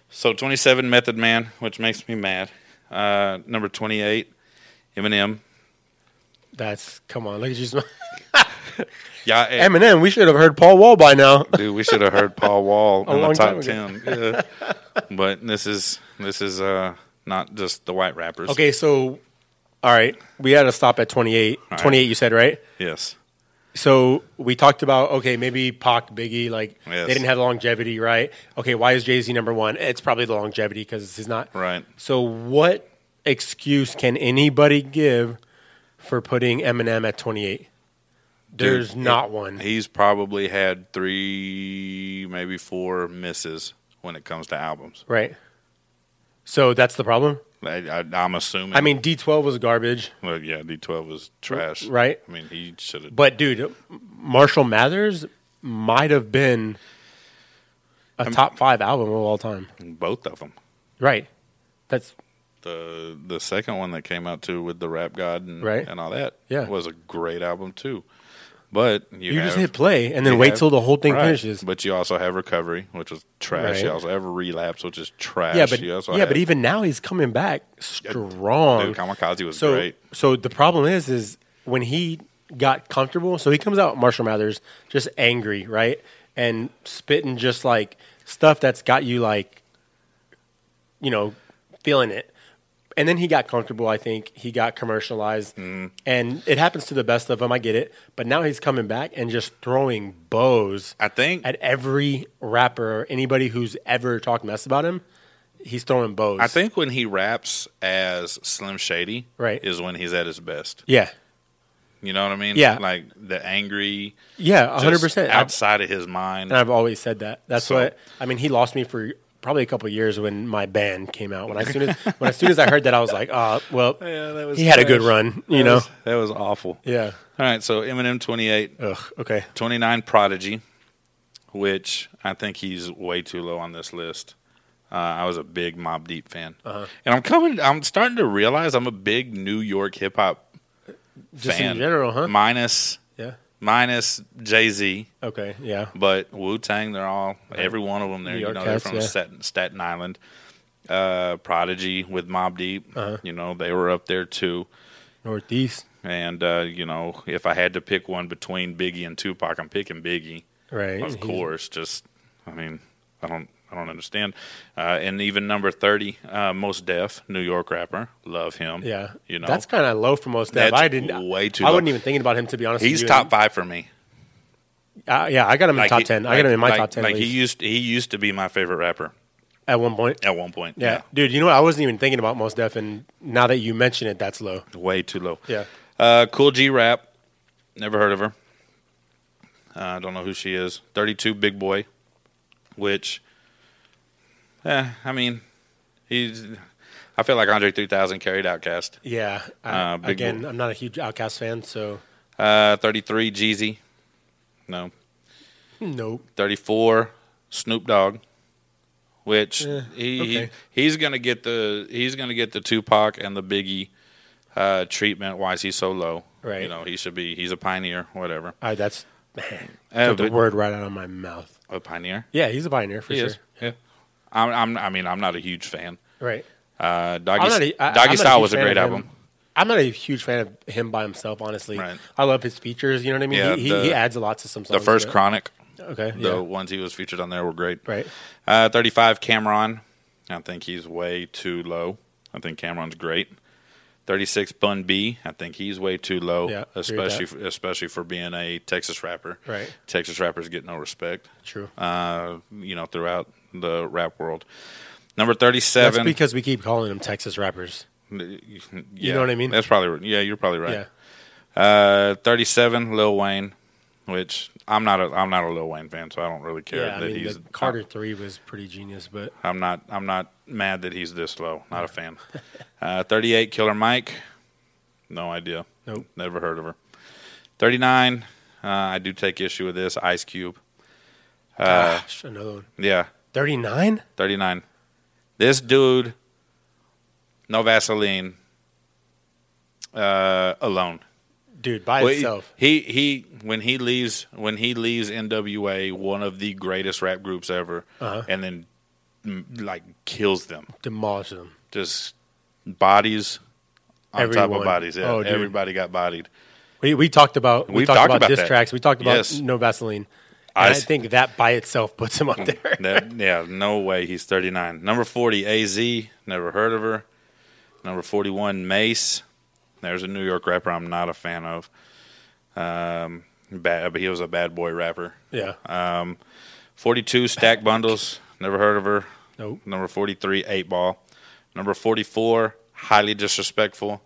S1: So twenty seven, Method Man, which makes me mad. Uh, number twenty eight, Eminem.
S2: That's come on. Look at you. sm-
S1: Yeah, eh,
S2: Eminem. We should have heard Paul Wall by now.
S1: Dude, we should have heard Paul Wall in the
S2: long
S1: top
S2: time
S1: ten. Yeah. but this is this is uh, not just the white rappers.
S2: Okay, so all right, we had to stop at 28.
S1: right.
S2: 28, you said right.
S1: Yes.
S2: So we talked about okay, maybe Pac, Biggie, like
S1: Yes.
S2: they didn't have longevity, right? Okay, why is Jay Z number one? It's probably the longevity because he's not
S1: Right.
S2: So what excuse can anybody give for putting Eminem at 28? There's
S1: Dude,
S2: not one.
S1: He's probably had three, maybe four misses when it comes to albums.
S2: right. So that's the problem.
S1: I, I, I'm assuming.
S2: I mean, D12 was garbage,
S1: well, yeah, D12 was trash.
S2: right?
S1: I mean, he should have.
S2: But dude, Marshall Mathers might have been a top five album of all time.
S1: both of them.
S2: Right. That's
S1: The the second one that came out too with the rap god and
S2: Right.
S1: and all that
S2: Yeah.
S1: was a great album too. But you,
S2: you just
S1: have-
S2: hit play and then
S1: You
S2: wait
S1: have-
S2: till the whole thing
S1: Right.
S2: finishes.
S1: But you also have recovery, which was trash. You
S2: Right.
S1: also have relapse, which is trash.
S2: yeah, but
S1: you
S2: yeah,
S1: also have-
S2: but even now he's coming back strong.
S1: dude, Kamikaze was
S2: so
S1: great.
S2: so the problem is is when he got comfortable, so he comes out Marshall Mathers just angry, right? And spitting just like stuff that's got you like you know, feeling it. And then he got comfortable, I think. He got commercialized.
S1: Mm-hmm.
S2: And it happens to the best of them. I get it. But now he's coming back and just throwing bows
S1: I think
S2: at every rapper or anybody who's ever talked mess about him, he's throwing bows.
S1: I think when he raps as Slim Shady,
S2: Right.
S1: is when he's at his best.
S2: Yeah.
S1: You know what I mean?
S2: Yeah.
S1: like the angry,
S2: Yeah,
S1: just
S2: hundred percent. I've,
S1: outside of his mind.
S2: and I've always said that. That's
S1: So-
S2: what I mean. He lost me for probably a couple years when my band came out. When I, as soon as when as soon as I heard that, I was like, oh, well,
S1: Yeah, that was
S2: he had a good
S1: trash.
S2: run, you
S1: That
S2: know.
S1: was- that was awful.
S2: yeah.
S1: All right, so Eminem twenty eight,
S2: Ugh. Okay.
S1: 29 Prodigy, which I think he's way too low on this list. Uh, I was a big Mob Deep fan,
S2: Uh-huh.
S1: and I'm coming. I'm starting to realize I'm a big New York hip hop
S2: Just
S1: fan
S2: in general, huh?
S1: Minus
S2: yeah.
S1: minus Jay Z,
S2: Okay. Yeah.
S1: but Wu Tang. They're all every one of them. They're
S2: New
S1: you
S2: York
S1: know they're
S2: cats,
S1: from
S2: yeah.
S1: Staten, Staten Island. Uh, Prodigy with Mob Deep.
S2: Uh-huh.
S1: You know they were up there too.
S2: Northeast.
S1: And uh, you know if I had to pick one between Biggie and Tupac, I'm picking Biggie.
S2: Right.
S1: Of
S2: He's-
S1: course, just I mean, I don't, I don't understand. Uh, and even number thirty, uh, most deaf New York rapper, love him.
S2: Yeah.
S1: you know
S2: that's kind of low for most dev.
S1: That's
S2: I didn't.
S1: way too
S2: I
S1: low.
S2: wasn't even thinking about him to be honest.
S1: he's
S2: with you.
S1: top five for me.
S2: Uh, yeah, I got him in
S1: Like,
S2: top
S1: he-
S2: ten. I
S1: like-
S2: got him in my
S1: like-
S2: top ten.
S1: Like
S2: at,
S1: he used,
S2: least.
S1: he used to be my favorite rapper
S2: at one point.
S1: at one point.
S2: Yeah. dude. You know what? I wasn't even thinking about Most Def, and now that you mention it, that's low.
S1: Yeah. way too low.
S2: Yeah.
S1: Uh, cool G rap, never heard of her. Uh, I don't know who she is. Thirty-two, big boy, which, eh, I mean, he's. I feel like Andre three thousand carried Outcast.
S2: Yeah. I,
S1: Uh, big
S2: again,
S1: boy.
S2: I'm not a huge Outcast fan, so
S1: Uh, 33, Jeezy. No.
S2: nope.
S1: 34, Snoop Dogg. Which he,
S2: okay.
S1: he he's gonna get the he's gonna get the Tupac and the Biggie uh, treatment. Why is he so low?
S2: Right.
S1: You know he should be he's a pioneer. Whatever.
S2: All right, that's
S1: Uh,
S2: took the
S1: but-
S2: word right out of my mouth.
S1: A pioneer.
S2: Yeah, he's a pioneer for
S1: He
S2: sure.
S1: is. Yeah. I'm, I'm I mean I'm not a huge fan.
S2: Right.
S1: Uh,
S2: I'm
S1: Doggy
S2: not a- I- I'm not
S1: Doggy
S2: a
S1: Style
S2: huge
S1: was a
S2: fan
S1: great
S2: of him.
S1: album.
S2: I'm not a huge fan of him by himself, honestly.
S1: Right.
S2: I love his features. You know what I mean?
S1: Yeah,
S2: he, he,
S1: the-
S2: he adds a lot to some songs.
S1: The first
S2: but-
S1: Chronic,
S2: Okay.
S1: the
S2: Yeah.
S1: ones he was featured on there were great.
S2: Right.
S1: Uh, 35, Cameron. I think he's way too low. I think Cameron's great. 36 Bun B, I think he's way too low,
S2: Yeah, agree with
S1: especially for, especially for being a Texas rapper.
S2: Right.
S1: Texas rappers get no respect.
S2: True.
S1: Uh, you know, throughout the rap world. Number
S2: That's
S1: 37.
S2: because we keep calling them Texas rappers.
S1: yeah,
S2: know what I mean?
S1: That's probably yeah, you're probably right.
S2: Yeah.
S1: Uh, 37 Lil Wayne, which I'm not a I'm not a Lil Wayne fan, so I don't really care
S2: Yeah, I
S1: that
S2: mean,
S1: he's
S2: the Carter Three was pretty genius, but
S1: I'm not. I'm not mad that he's this low. Not a fan. Uh, 38 Killer Mike. No idea.
S2: Nope.
S1: Never heard of her. 39. Uh, I do take issue with this. Ice Cube. Uh,
S2: gosh, another one.
S1: Yeah.
S2: Thirty nine.
S1: 39. This dude. No Vaseline. Uh, alone.
S2: dude by
S1: Well, he-
S2: itself.
S1: He he when he leaves when he leaves NWA, one of the greatest rap groups ever,
S2: Uh-huh.
S1: and then mm, like kills them.
S2: Demolish them.
S1: just bodies on top
S2: Everyone.
S1: of bodies. Yeah,
S2: Oh, dude.
S1: everybody got bodied.
S2: We, we talked about we
S1: We've
S2: talked,
S1: talked
S2: about,
S1: about
S2: diss
S1: that.
S2: tracks. We talked about
S1: Yes.
S2: no Vaseline.
S1: I
S2: And I,
S1: s- Mm.
S2: think that by itself puts him up there.
S1: That, yeah, no way. He's 39. Number 40, AZ. Never heard of her. Number 41, Mace. There's a New York rapper I'm not a fan of. Um, bad, but he was a bad boy rapper.
S2: yeah.
S1: Uh, 42, Stack Bundles. Never heard of her.
S2: Nope.
S1: Number 43, 8 Ball. Number 44, highly disrespectful.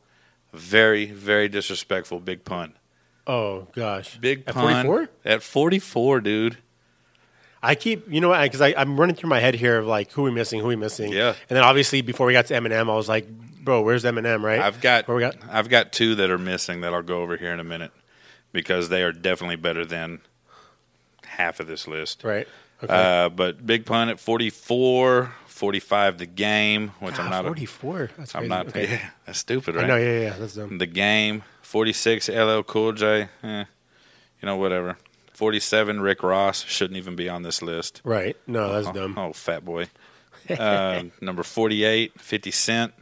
S1: Very, very disrespectful. Big pun.
S2: Oh gosh.
S1: Big
S2: At
S1: pun.
S2: 44?
S1: At 44, dude.
S2: I keep you know what because I'm running through my head here of like who we missing, who we missing.
S1: Yeah.
S2: And then obviously before we got to Eminem, I was like, bro, where's Eminem? Right.
S1: I've got,
S2: Where we got.
S1: I've got two that are missing that I'll go over here in a minute because they are definitely better than half of this list.
S2: Right. Okay.
S1: Uh, but Big Pun at 44, 45 the game, which I'm not
S2: forty four. That's
S1: I'm
S2: crazy.
S1: not
S2: Okay.
S1: yeah, that's stupid, right?
S2: I know. Yeah, yeah, yeah. That's dumb.
S1: The game, 46 LL Cool J, eh, you know whatever. 47 Rick Ross shouldn't even be on this list.
S2: Right. No, that's
S1: Oh,
S2: dumb.
S1: Oh, fat boy. Uh, number 48, 50 Cent.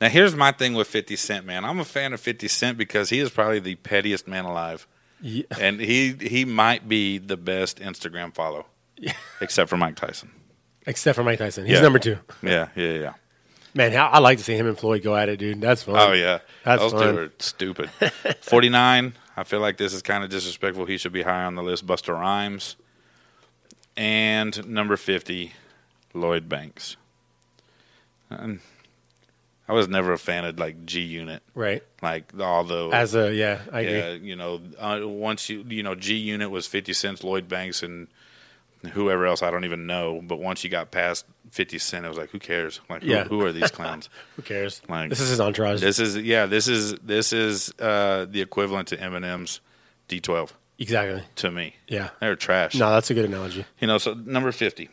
S1: Now, here's my thing with 50 Cent, man. I'm a fan of 50 Cent because he is probably the pettiest man alive.
S2: Yeah.
S1: And he, he might be the best Instagram follow, except for Mike Tyson.
S2: Except for Mike Tyson. He's
S1: Yeah.
S2: number two.
S1: Yeah, yeah, yeah.
S2: Man, how, I like to see him and Floyd go at it, dude. That's fun.
S1: Oh, yeah.
S2: That's
S1: Those
S2: fun.
S1: two are stupid. 49, I feel like this is kind of disrespectful. He should be high on the list. Buster Rhymes. And number 50, Lloyd Banks. Um, I was never a fan of like G Unit,
S2: Right.
S1: like all the
S2: As a yeah, I agree.
S1: yeah, you know, uh, once you you know G Unit was fifty cents, Lloyd Banks and whoever else I don't even know. But once you got past fifty cent, I was like, who cares? Like, who,
S2: Yeah.
S1: who are these clowns?
S2: Who cares?
S1: Like-
S2: this is his entourage.
S1: This is yeah. This is this is uh, the equivalent to Eminem's D12
S2: exactly.
S1: to me.
S2: Yeah.
S1: They're trash.
S2: No, that's a good analogy.
S1: You know, so number fifty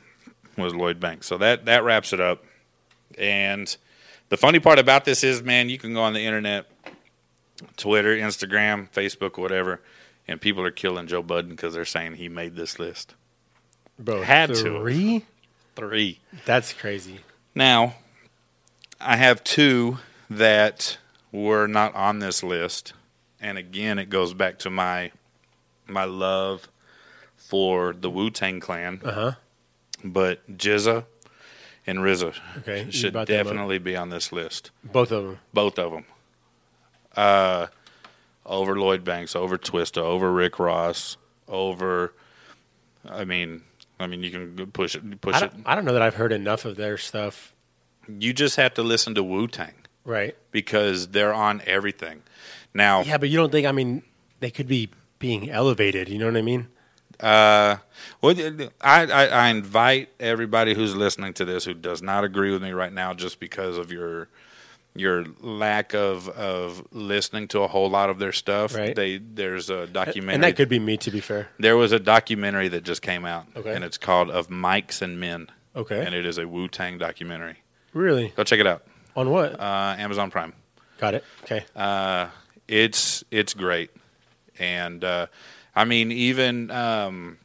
S1: was Lloyd Banks. So that that wraps it up. And the funny part about this is, man, you can go on the internet, Twitter, Instagram, Facebook, whatever, and people are killing Joe Budden because they're saying he made this list.
S2: Bro,
S1: Had to.
S2: three?
S1: Three.
S2: That's crazy.
S1: Now, I have two that were not on this list, and again, it goes back to my my love for the Wu Tang Clan.
S2: Uh huh.
S1: But Jizza and RZA
S2: Okay, you
S1: should
S2: brought them up.
S1: definitely be on this list.
S2: Both of them.
S1: Both of them. Uh, over Lloyd Banks, over Twista, over Rick Ross, over. I mean, I mean, you can push it.
S2: I
S1: Push it.
S2: don't, I don't know that I've heard enough of their stuff.
S1: You just have to listen to Wu Tang.
S2: Right.
S1: because they're on everything. Now,
S2: Yeah, but you don't think, I mean, they could be being elevated. You know what I mean?
S1: uh, what- I, I, I invite everybody who's listening to this who does not agree with me right now just because of your your lack of of listening to a whole lot of their stuff.
S2: Right.
S1: They there's a documentary.
S2: And that could be me, to be fair.
S1: there was a documentary that just came out,
S2: Okay.
S1: and it's called "Of Mikes and Men,"
S2: Okay.
S1: and it is a Wu Tang documentary.
S2: Really?
S1: Go check it out.
S2: On what?
S1: Uh, Amazon Prime.
S2: Got it. Okay.
S1: Uh, it's it's great, and uh, I mean even um,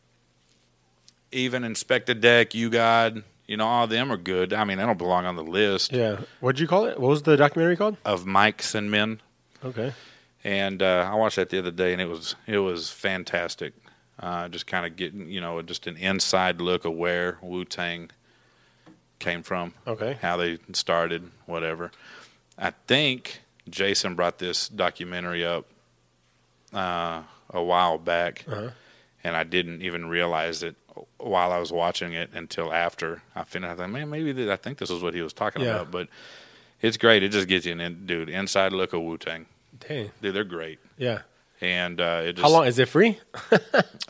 S1: even Inspect the Deck, You God, you know all of them are good. I mean they don't belong on the list
S2: yeah. What'd you call it? What was the documentary called?
S1: of mics and men.
S2: Okay.
S1: And uh, I watched that the other day, and it was it was fantastic. Uh, just kind of getting you know just an inside look of where Wu Tang came from,
S2: Okay.
S1: how they started, whatever. I think Jason brought this documentary up uh, a while back,
S2: Uh-huh.
S1: and I didn't even realize it while I was watching it until after I finished. I thought, man, maybe th- I think this is what he was talking
S2: Yeah.
S1: about, but it's great. It just gets you an in, dude inside look of Wu Tang.
S2: Dang.
S1: Dude, they're great,
S2: Yeah.
S1: and uh, it just
S2: How long is it free?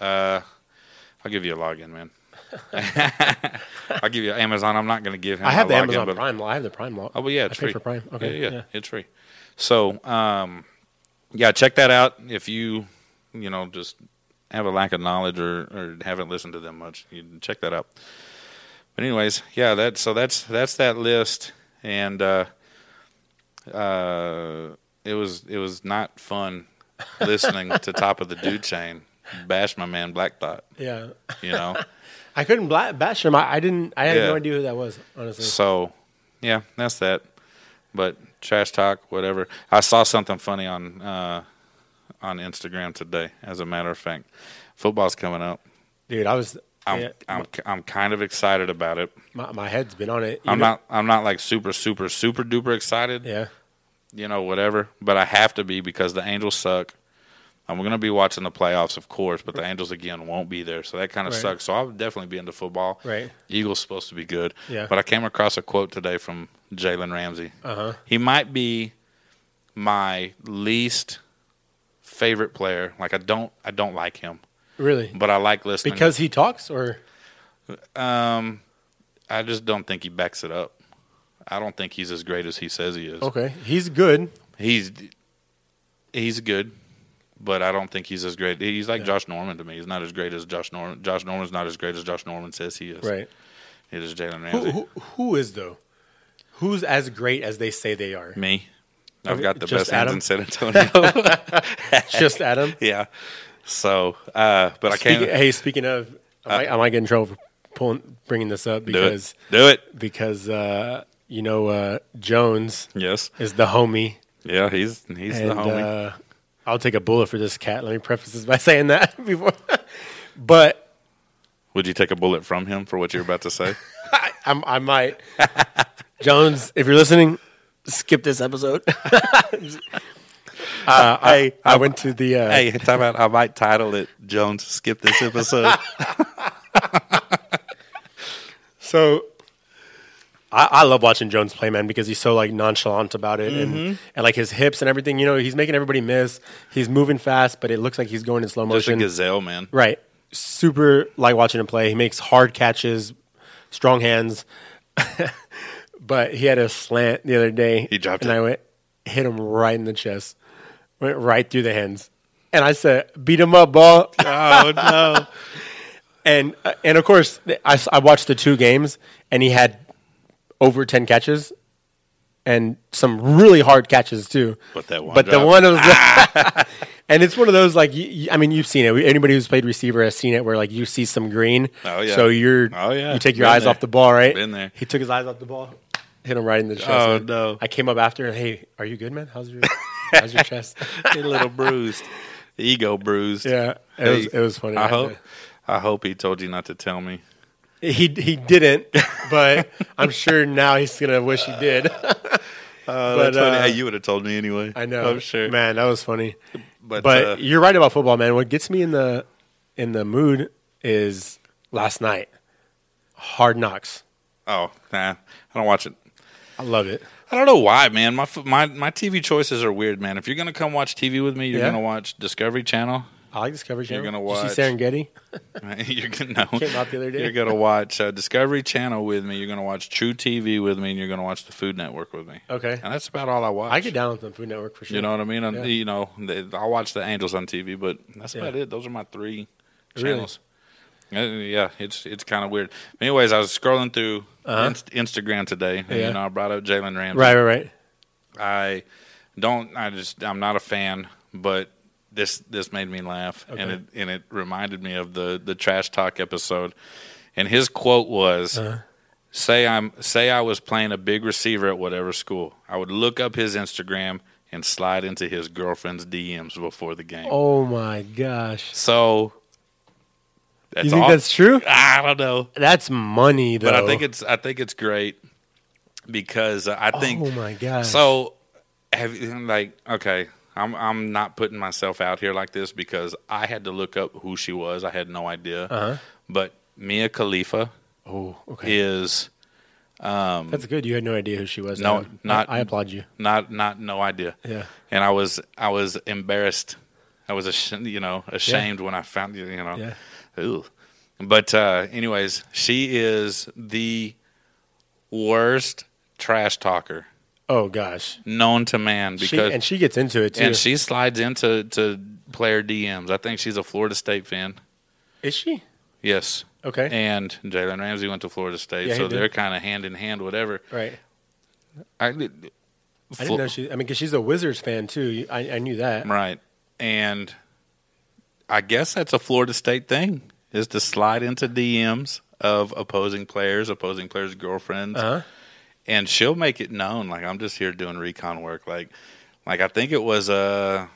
S1: I'll give you a login, man. I'll give you Amazon. I'm not going to give him.
S2: I have
S1: my
S2: the
S1: login,
S2: Amazon
S1: but-
S2: Prime. I have the Prime lot.
S1: Oh, well, yeah,
S2: I
S1: it's
S2: pay
S1: free
S2: for Prime. Okay.
S1: yeah, yeah,
S2: yeah.
S1: it's free. So, um, yeah, check that out if you, you know, just have a lack of knowledge or, or haven't listened to them much. You can check that out. But anyways, yeah, that so that's that's that list, and uh, uh, it was it was not fun listening to Top of the Dude Chain bash my man Black Thought.
S2: Yeah.
S1: You know.
S2: I couldn't bla- bash him. I, I didn't. I had
S1: Yeah.
S2: no idea who that was. Honestly.
S1: So, yeah, that's that. But trash talk, whatever. I saw something funny on uh, on Instagram today. As a matter of fact, football's coming up.
S2: Dude, I was.
S1: I'm
S2: yeah,
S1: I'm I'm kind of excited about it.
S2: my, my head's been on it.
S1: I'm
S2: Even-
S1: not I'm not like super super super duper excited.
S2: Yeah.
S1: You know, whatever. But I have to be because the Angels suck. And we're gonna be watching the playoffs, of course, but the Angels again won't be there, so that kind of
S2: Right.
S1: sucks. So I'll definitely be into football.
S2: Right.
S1: Eagles supposed to be good.
S2: Yeah.
S1: But I came across a quote today from Jalen Ramsey. Uh-huh. He might be my least favorite player. Like I don't I don't like him,
S2: Really.
S1: but I like listening. Um,
S2: because he talks, or
S1: I just don't think he backs it up. I don't think he's as great as he says he is.
S2: okay, he's good.
S1: He's he's good, but I don't think he's as great. He's like Josh Norman to me. He's not as great as Josh Norman. Josh Norman's not as great as Josh Norman says he is.
S2: Right.
S1: It is Jalen
S2: Who,
S1: Ramsey.
S2: who, who is though? Who's as great as they say they are?
S1: Me. I've
S2: Okay,
S1: got the best
S2: just
S1: hands
S2: Adam?
S1: in San Antonio.
S2: Just Adam.
S1: yeah. So, uh, but I
S2: Speaking,
S1: can't Uh,
S2: hey, speaking of, I might, I might get in trouble for pulling, bringing this up
S1: do
S2: because
S1: it. Do it.
S2: because uh, you know uh, Jones
S1: Yes.
S2: is the homie,
S1: Yeah. He's he's
S2: and
S1: the homie.
S2: Uh, I'll take a bullet for this cat. Let me preface this by saying that before, but
S1: Would you take a bullet from him for what you're about to say?
S2: I, I'm, I might. Jones, if you're listening, skip this episode. uh, I I went to the uh,
S1: hey, time out. I might title it Jones. Skip this episode.
S2: So I, I love watching Jones play, man, because he's so like nonchalant about it
S1: Mm-hmm.
S2: and, and like his hips and everything. You know, he's making everybody miss. He's moving fast, but it looks like he's going in slow
S1: Just a
S2: motion.
S1: gazelle, man.
S2: Right. Super like watching him play. He makes hard catches, strong hands. but he had a slant the other day.
S1: He dropped
S2: and
S1: it.
S2: I went hit him right in the chest. Went right through the hands. And I said, "Beat him up, ball."
S1: Oh no.
S2: and uh, and of course I, I watched the two games and he had over 10 catches and some really hard catches too
S1: But that one
S2: but the
S1: drop.
S2: one was and it's one of those like you, you- i mean you've seen it anybody who's played receiver has seen it where like you see some green
S1: Oh, yeah.
S2: so you're
S1: Oh, yeah.
S2: you take your
S1: Been
S2: eyes
S1: there.
S2: off the ball right
S1: Been there.
S2: he took his eyes off the ball hit him right in the chest
S1: Oh,
S2: man.
S1: no.
S2: i came up after and hey are you good man how's your how's your chest
S1: a little bruised. Ego bruised.
S2: yeah it
S1: Hey,
S2: was it was funny
S1: I
S2: had to-
S1: hope. I hope he told you not to tell me.
S2: He he didn't, but I'm sure now he's gonna wish he did.
S1: Oh,
S2: But,
S1: Uh, that's funny.
S2: uh,
S1: hey, you would have told me anyway.
S2: I know,
S1: I'm Oh, sure.
S2: man. That was funny.
S1: But,
S2: But,
S1: uh,
S2: you're right about football, man. What gets me in the in the mood is last night, Hard Knocks.
S1: Oh, nah. I don't watch it.
S2: I love it.
S1: I don't know why, man. My f- my my TV choices are weird, man. If you're gonna come watch TV with me, you're
S2: Yeah.
S1: gonna watch Discovery Channel.
S2: I like Discovery Channel.
S1: gonna
S2: Did you see
S1: watch-
S2: Serengeti?
S1: you're gonna no.
S2: Came out the other day.
S1: You're gonna watch uh, Discovery Channel with me. You're gonna watch True TV with me, and you're gonna watch the Food Network with me.
S2: Okay.
S1: and that's about all I watch.
S2: I get down with the Food Network for sure.
S1: You know what I mean? And,
S2: Yeah.
S1: You know, they, I watch the Angels on TV, but that's
S2: Yeah.
S1: about it. Those are my three
S2: Really?
S1: channels. Uh, Yeah, it's it's kind of weird. Anyways, I was scrolling through Inst- Instagram today, and
S2: Uh-huh. Yeah.
S1: you know, I brought up Jalen Ramsey.
S2: right, right, right.
S1: I don't. I just. I'm not a fan, but this this made me laugh, and it and it reminded me of the the trash talk episode. And his quote was,
S2: Uh-huh.
S1: "Say I'm say I was playing a big receiver at whatever school. I would look up his Instagram and slide into his girlfriend's DMs before the game.
S2: Oh my gosh,
S1: So that's
S2: you think
S1: all-
S2: that's true?
S1: I don't know,
S2: That's money, though.
S1: but I think it's I think it's great because I think
S2: oh my gosh.
S1: so have you- like okay i'm i'm not putting myself out here like this because i had to look up who she was i had no idea but mia khalifa
S2: Oh, Uh-huh. okay.
S1: is
S2: That's good. You had no idea who she was.
S1: No,
S2: I-
S1: not-
S2: I, applaud you.
S1: not not no idea
S2: Yeah.
S1: and i was i was embarrassed i was ash- you know ashamed when i found you know
S2: Yeah.
S1: Ooh. but uh anyways she is the worst trash talker
S2: Oh gosh.
S1: known to man
S2: She,
S1: because
S2: and she gets into it too.
S1: and she slides into to player DMs. I think she's a Florida State fan.
S2: is she
S1: Yes.
S2: okay?
S1: And Jalen Ramsey went to Florida State,
S2: Yeah, he
S1: so
S2: did.
S1: they're kind of hand in hand, whatever.
S2: right.
S1: I, did-
S2: I didn't know
S1: Flo-
S2: she. I mean, because she's a Wizards fan too. You- I, I knew that.
S1: Right. And I guess that's a Florida State thing is to slide into DMs of opposing players, opposing players' girlfriends.
S2: Uh-huh.
S1: And she'll make it known like I'm just here doing recon work like like I think it was uh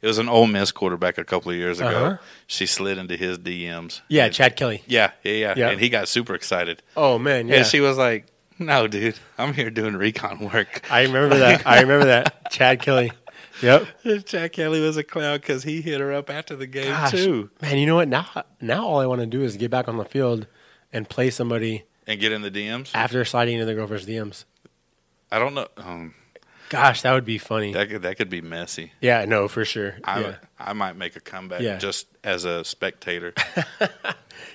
S1: it was an Ole Miss quarterback a couple of years ago.
S2: Uh-huh.
S1: She slid into his DMs.
S2: Yeah,
S1: And-
S2: Chad Kelly.
S1: yeah, yeah, yeah,
S2: Yeah.
S1: And he got super excited.
S2: Oh man, yeah.
S1: And she was like, "No, dude, I'm here doing recon work."
S2: I remember that. I remember that. Chad Kelly. Yep.
S1: Jack Kelly was a clown because he hit her up after the game
S2: Gosh,
S1: too,
S2: man. You know what? Now, now all I want to do is get back on the field and play somebody
S1: and get in the DMs.
S2: after sliding into their girlfriend's DMs.
S1: I don't know. Um,
S2: Gosh, that would be funny.
S1: that could that could be messy.
S2: yeah, no, for sure.
S1: I
S2: yeah,
S1: I might make a comeback
S2: Yeah.
S1: just as a spectator.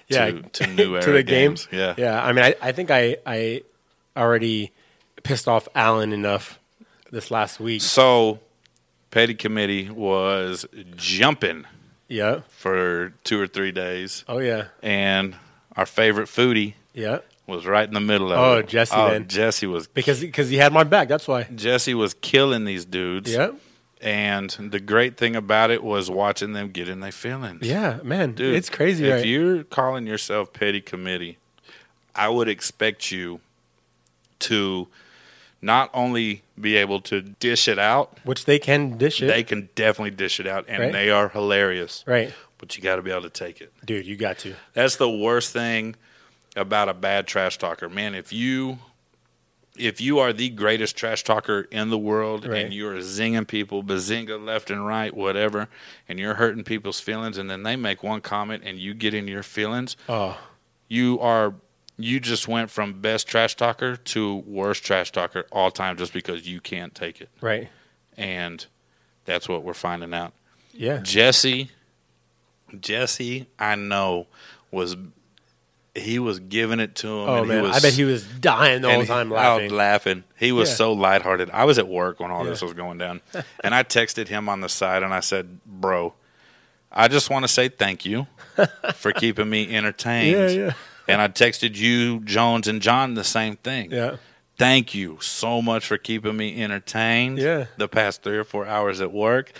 S2: yeah.
S1: to- to new
S2: to
S1: era
S2: the games.
S1: games, yeah.
S2: yeah. I mean, I, I think I I already pissed off Allen enough this last week.
S1: so, petty committee was jumping
S2: Yeah.
S1: for two or three days,
S2: Oh yeah.
S1: and our favorite foodie
S2: Yeah.
S1: was right in the middle of
S2: Oh,
S1: it.
S2: Jesse,
S1: Oh,
S2: man.
S1: Jesse was
S2: Because because he had my back. That's why.
S1: Jesse was killing these dudes.
S2: Yeah.
S1: And the great thing about it was watching them get in their feelings.
S2: Yeah, man.
S1: Dude,
S2: it's crazy,
S1: If
S2: right?
S1: you're calling yourself petty committee, I would expect you to not only be able to dish it out,
S2: Which they can dish it.
S1: they can definitely dish it out, and
S2: Right.
S1: they are hilarious.
S2: right.
S1: But you got to be able to take it.
S2: Dude, you got to.
S1: That's the worst thing about a bad trash talker. Man, if you if you are the greatest trash talker in the world
S2: Right.
S1: and you're zinging people bazinga left and right whatever and you're hurting people's feelings and then they make one comment and you get in your feelings,
S2: Oh.
S1: you are you just went from best trash talker to worst trash talker all time just because you can't take it.
S2: Right.
S1: And that's what we're finding out.
S2: Yeah.
S1: Jesse, Jesse, I know was he was giving it to him.
S2: Oh
S1: and
S2: man,
S1: he was,
S2: I bet he was dying the
S1: and
S2: whole
S1: he-
S2: time
S1: I
S2: laughing.
S1: was laughing. He was
S2: Yeah.
S1: so lighthearted. I was at work when all this
S2: Yeah.
S1: was going down, and I texted him on the side and I said, "Bro, I just want to say thank you for keeping me entertained."
S2: Yeah, yeah.
S1: And I texted you, Jones, and John the same thing.
S2: Yeah.
S1: Thank you so much for keeping me entertained.
S2: Yeah.
S1: The past three or four hours at work.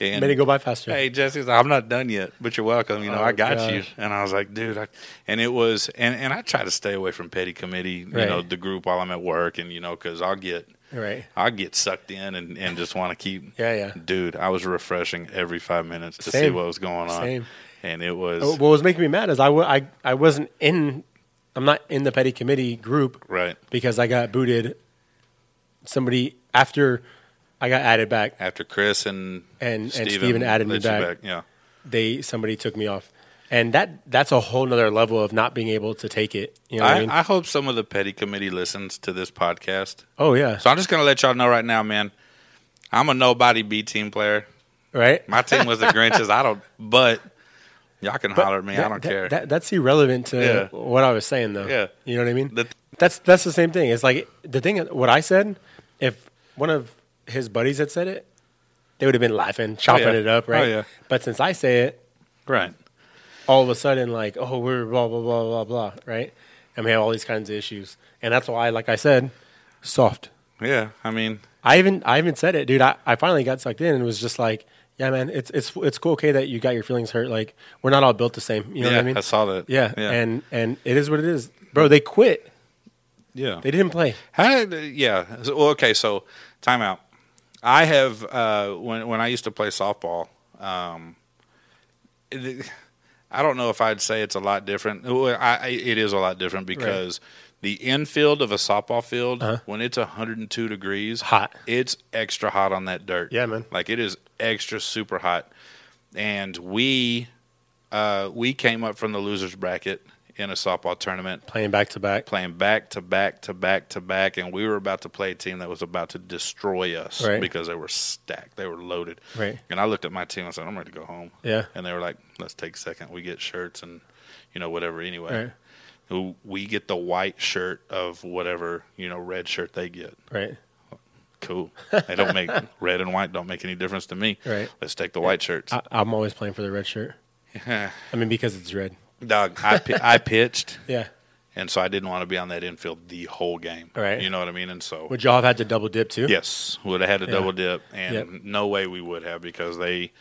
S1: And
S2: Made it go by faster.
S1: Hey Jesse, he's like, I'm not done yet, but you're welcome. You know,
S2: Oh,
S1: I got
S2: gosh.
S1: you. And I was like, dude, I, and it was, and and I try to stay away from petty committee, you
S2: Right.
S1: know, the group while I'm at work, and you know, because I'll get,
S2: Right.
S1: I'll get sucked in and and just want to keep.
S2: Yeah, yeah.
S1: Dude, I was refreshing every five minutes to see
S2: Same.
S1: what was going on,
S2: Same. Oh,
S1: and it was
S2: What was making me mad is I, w- I, I wasn't in, I'm not in the petty committee group
S1: right
S2: because I got booted. Somebody after I got added back,
S1: after Chris and
S2: And- and Steven added me
S1: let you
S2: back.
S1: Yeah,
S2: they somebody took me off, and that that's a whole nother level of not being able to take it. You know what I,
S1: I,
S2: mean?
S1: I hope some of the petty committee listens to this podcast.
S2: oh yeah,
S1: So I'm just gonna let y'all know right now, man. I'm a nobody B team player.
S2: right.
S1: My team was the Grinches. I don't, but y'all can holler at me. I
S2: That-
S1: don't
S2: that-
S1: care.
S2: That, that's irrelevant to
S1: Yeah.
S2: what I was saying, though.
S1: Yeah.
S2: you know what I mean.
S1: The-
S2: that's that's the same thing. It's like the thing. What I said, if one of his buddies had said it, they would have been laughing, chopping
S1: yeah.
S2: it up,
S1: Oh,
S2: right?
S1: yeah.
S2: But since I say it,
S1: right.
S2: all of a sudden, like, oh, we're blah blah blah blah blah, right? And we have all these kinds of issues, and that's why, like I said, soft.
S1: Yeah. I mean,
S2: I even I even said it, dude. I, I finally got sucked in and was just like, yeah, man, it's it's it's cool, okay, that you got your feelings hurt. Like, we're not all built the same. You know
S1: yeah,
S2: what
S1: I,
S2: I mean?
S1: saw that.
S2: Yeah,
S1: Yeah.
S2: and and it is what it is, bro. They quit.
S1: yeah.
S2: They didn't play.
S1: How did- uh, yeah. So, well, okay. So, timeout. I have uh, when when I used to play softball. Um, it- I don't know if I'd say it's a lot different. Well, I, I- it is a lot different because the infield of a softball field when it's 102 degrees
S2: Uh-huh. Hot.
S1: it's extra hot on that dirt
S2: Yeah, man.
S1: like it is extra super hot and we uh we came up from the losers bracket in a softball tournament
S2: Playing back to back.
S1: playing back to back to back to back, and we were about to play a team that was about to destroy us
S2: Right.
S1: because they were stacked, they were loaded.
S2: Right.
S1: And I looked at my team. I said, "I'm ready to go home."
S2: Yeah.
S1: And they were like, "Let's take second. We get shirts and you know whatever anyway.
S2: Right.
S1: Who We get the white shirt of whatever you know red shirt they get.
S2: Right.
S1: Cool. They don't make red and white don't make any difference to me.
S2: Right.
S1: Let's take the white shirts.
S2: I, I'm always playing for the red shirt. I mean, because it's red.
S1: Dog, I pi- I pitched,
S2: Yeah.
S1: and so I didn't want to be on that infield the whole game.
S2: Right.
S1: You know what I mean? And so
S2: Would y'all have had to double dip too?
S1: Yes, would have had a double dip, and
S2: Yep.
S1: no way we would have because they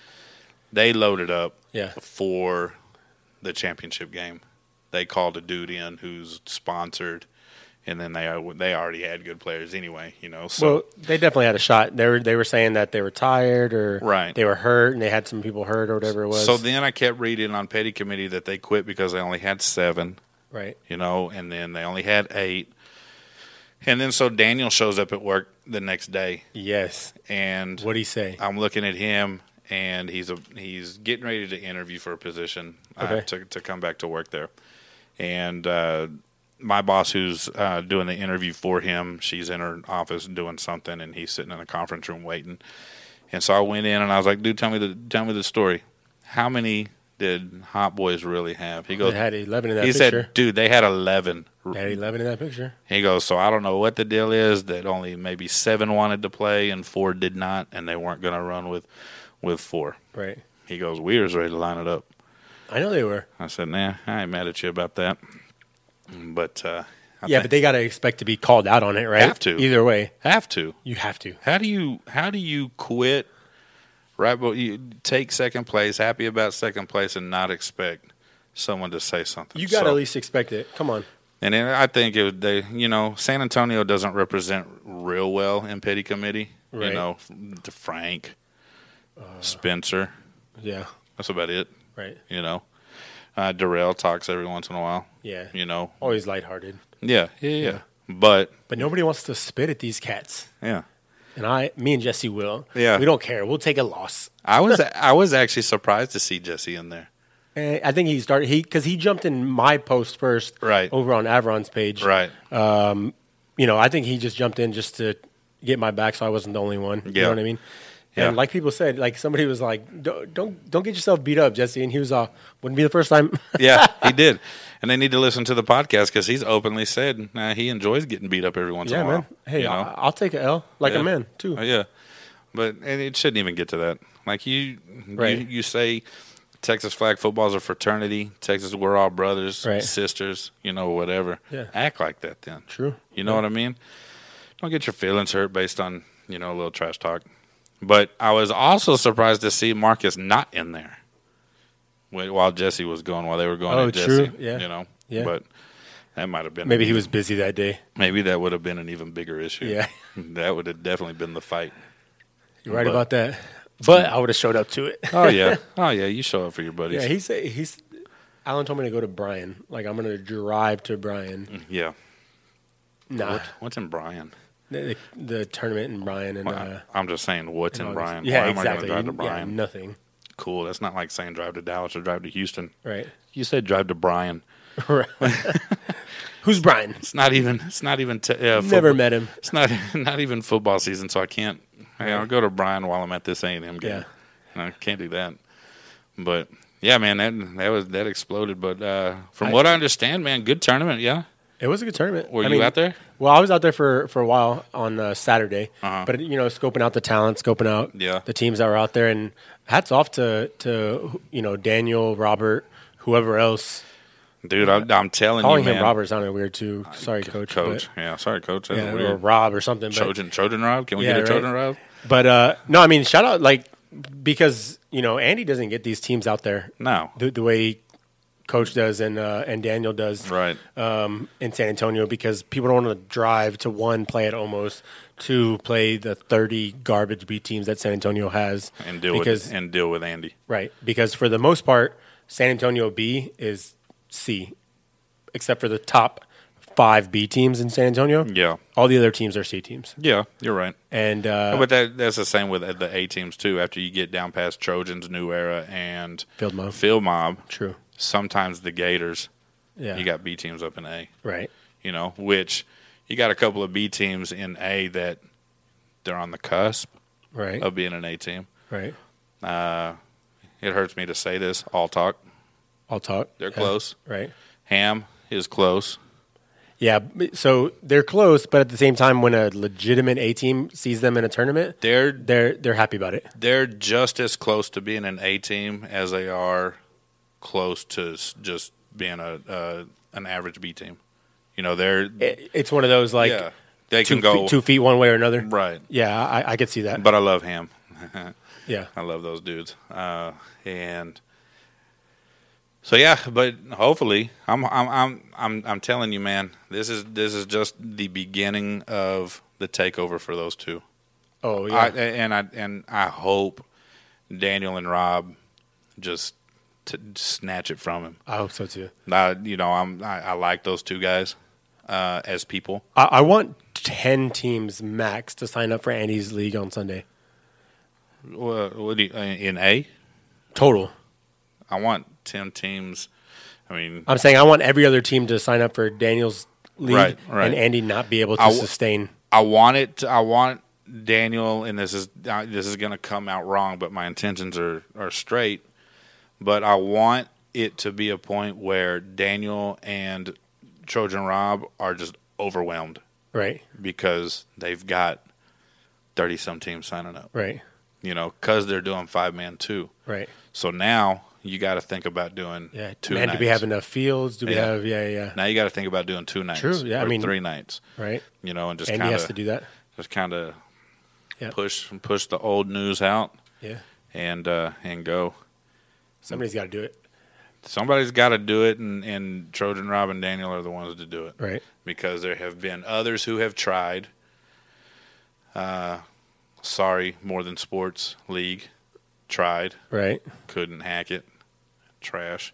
S1: they loaded up
S2: Yeah.
S1: for the championship game. They called a dude in who's sponsored, and then they are- they already had good players anyway. You know, so
S2: Well, they definitely had a shot. They were they were saying that they were tired or
S1: Right.
S2: they were hurt and they had some people hurt or whatever it was.
S1: so then I kept reading on petty committee that they quit because they only had seven.
S2: right.
S1: you know, and then they only had eight. And then so Daniel shows up at work the next day,
S2: Yes.
S1: and
S2: What do you say?
S1: I'm looking at him, and he's a he's getting ready to interview for a position uh,
S2: Okay.
S1: to to come back to work there, and uh, my boss, who's uh, doing the interview for him, she's in her office doing something, and he's sitting in a conference room waiting, and so I went in and I was like, "Dude, tell me the tell me the story. How many did Hot Boys really have?" He
S2: They
S1: goes,
S2: had eleven in that
S1: "He
S2: picture.
S1: said, dude, they had eleven.
S2: they had eleven in that picture.
S1: He goes, so I don't know what the deal is that only maybe seven wanted to play and four did not, and they weren't going to run with with four.
S2: Right.
S1: He goes, we was ready to line it up.
S2: I know they were.
S1: I said, nah, I ain't mad at you about that, but uh, I
S2: yeah,
S1: think-
S2: but they gotta expect to be called out on it, right?
S1: Have to.
S2: Either way,
S1: have to.
S2: you have to.
S1: How do you how do you quit? Right, but you take second place, happy about second place, and not expect someone to say something.
S2: You gotta
S1: So-
S2: at least expect it. Come on.
S1: And then I think it would, they, you know, San Antonio doesn't represent real well in petty committee.
S2: Right.
S1: You know, the Frank, Spencer.
S2: Yeah.
S1: That's about it.
S2: Right.
S1: You know, uh, Darrell talks every once in a while.
S2: Yeah.
S1: You know,
S2: Always lighthearted.
S1: yeah, yeah, yeah. But
S2: But nobody wants to spit at these cats.
S1: yeah,
S2: And I me and Jesse will.
S1: Yeah.
S2: We don't care. We'll take a loss.
S1: I was I was actually surprised to see Jesse in there.
S2: Eh, I think he started he because he jumped in my post first,
S1: Right.
S2: Over on Avron's page,
S1: Right.
S2: You know, I think he just jumped in just to get my back, so I wasn't the only one. You
S1: Yeah.
S2: know what I mean?
S1: Yeah.
S2: And like people said, like somebody was like, "Don't don't, don't get yourself beat up, Jesse," and he was uh, wouldn't be the first time.
S1: yeah, he did. And they need to listen to the podcast because he's openly said uh, he enjoys getting beat up every once
S2: yeah,
S1: in a while.
S2: man. Hey,
S1: you know?
S2: I, I'll take a L like
S1: Yeah.
S2: a man too.
S1: Uh, yeah, but and it shouldn't even get to that. Like you,
S2: Right.
S1: you, you say Texas flag football's a fraternity. Texas, we're all brothers,
S2: Right.
S1: sisters. You know, whatever.
S2: Yeah.
S1: Act like that then.
S2: True.
S1: You know what I mean? Don't get your feelings hurt based on you know a little trash talk. But I was also surprised to see Marcus not in there Wh- while Jesse was going, while they were going.
S2: Oh,
S1: at
S2: true.
S1: Jesse,
S2: Yeah.
S1: You know.
S2: Yeah.
S1: But that might have been
S2: Maybe he was busy that day.
S1: maybe that would have been an even bigger issue.
S2: Yeah.
S1: that would have definitely been the fight.
S2: You're right
S1: But-
S2: about that. But I would have showed up to it.
S1: Oh yeah, oh yeah. You show up for your buddies.
S2: yeah, he said he's. Alan told me to go to Brian. Like I'm gonna drive to Brian.
S1: yeah.
S2: Nah,
S1: What, what's in Brian?
S2: the, the, the tournament in Brian and.
S1: Well,
S2: uh,
S1: I'm just saying, what's in
S2: August.
S1: Brian?
S2: Yeah,
S1: Why am
S2: exactly.
S1: I going to drive to
S2: Yeah,
S1: Brian?
S2: nothing.
S1: Cool. That's not like saying drive to Dallas or drive to Houston.
S2: Right.
S1: You said drive to Brian.
S2: Who's Brian?
S1: It's not even. It's not even. T- uh,
S2: Never
S1: football-
S2: met him.
S1: It's not. Not even football season, so I can't. Hey, I'll go to Brian while I'm at this A and M game.
S2: Yeah.
S1: And I can't do that. But yeah, man, that that was that exploded. But uh, from what I understand, man, good tournament. Yeah.
S2: It was a good tournament.
S1: Were
S2: I
S1: you out there?
S2: Well, I was out there for, for a while on uh, Saturday,
S1: Uh-huh.
S2: but you know, scoping out the talent, scoping out
S1: Yeah.
S2: the teams that were out there, and hats off to to you know Daniel, Robert, whoever else.
S1: Dude, I, I'm telling
S2: Calling
S1: you, man. Uh,
S2: him Robert sounded weird too. Sorry, coach.
S1: Coach. Yeah, sorry, coach.
S2: but-
S1: That's
S2: yeah,
S1: weird.
S2: or Rob or something. But,
S1: Trojan Trojan Rob? Can we
S2: Yeah,
S1: get a
S2: right.
S1: Trojan Rob?
S2: but uh, no, I mean, shout out like because you know Andy doesn't get these teams out there
S1: No.
S2: the, the way coach does and uh, and Daniel does.
S1: Right.
S2: um, in San Antonio because people don't want to drive to one play at almost to play the 30 garbage B teams that San Antonio has
S1: And deal
S2: because
S1: with and deal with Andy.
S2: right because for the most part San Antonio B is C except for the top five B teams in San Antonio.
S1: Yeah.
S2: All the other teams are C teams,
S1: Yeah, you're right.
S2: and uh,
S1: But that that's the same with the A teams too. After you get down past Trojans, New Era, and
S2: Field Mob.
S1: Field Mob,
S2: true,
S1: sometimes the Gators.
S2: yeah,
S1: You got B teams up in A.
S2: right,
S1: You know, which you got a couple of B teams in A that they're on the cusp
S2: right,
S1: of being an A team.
S2: right.
S1: It hurts me to say this. All talk.
S2: I'll talk.
S1: They're
S2: Yeah.
S1: close.
S2: right?
S1: Ham is close.
S2: Yeah, b- so they're close, but at the same time, when a legitimate A team sees them in a tournament,
S1: They're
S2: they're they're happy about it.
S1: they're just as close to being an A team as they are close to s- just being a uh, an average B team. You know, they're
S2: It- it's one of those like
S1: yeah, they
S2: two
S1: can go
S2: feet, two feet one way or another.
S1: right.
S2: Yeah, I, I could see that.
S1: But I love Ham.
S2: yeah,
S1: I love those dudes. Uh, and so yeah, but hopefully, I'm I'm I'm I'm I'm telling you, man, this is this is just the beginning of the takeover for those two.
S2: oh yeah,
S1: I, and I and I hope Daniel and Rob just to snatch it from him.
S2: I hope so too.
S1: I, you know, I'm I, I like those two guys uh, as people.
S2: I, I want ten teams max to sign up for Andy's league on Sunday
S1: Wha- What do you, uh, in A?
S2: total.
S1: I want ten teams. I mean,
S2: I'm saying I want every other team to sign up for Daniel's league
S1: Right, right.
S2: and Andy not be able to
S1: I w-
S2: sustain.
S1: I want it. To, I want Daniel, and this is uh, this is going to come out wrong, but my intentions are are straight. But I want it to be a point where Daniel and Trojan Rob are just overwhelmed
S2: Right,
S1: because they've got thirty some teams signing up.
S2: right,
S1: You know, because they're doing five man two.
S2: right.
S1: So now you got to think about doing
S2: Yeah,
S1: two
S2: man,
S1: nights.
S2: do we have enough fields? Do we
S1: Yeah.
S2: have yeah, yeah,
S1: now you got to think about doing two nights.
S2: True, yeah, I
S1: or
S2: mean-
S1: three nights.
S2: right?
S1: You know, and just
S2: Andy
S1: kind
S2: has to
S1: of
S2: do that.
S1: just kind of
S2: Yeah.
S1: push push the old news out
S2: Yeah,
S1: and uh, and go.
S2: somebody's got to do it.
S1: Somebody's got to do it, and, and Trojan Rob and Daniel are the ones to do it,
S2: Right.
S1: Because there have been others who have tried. Uh, sorry, more than sports league tried,
S2: Right.
S1: couldn't hack it, trash.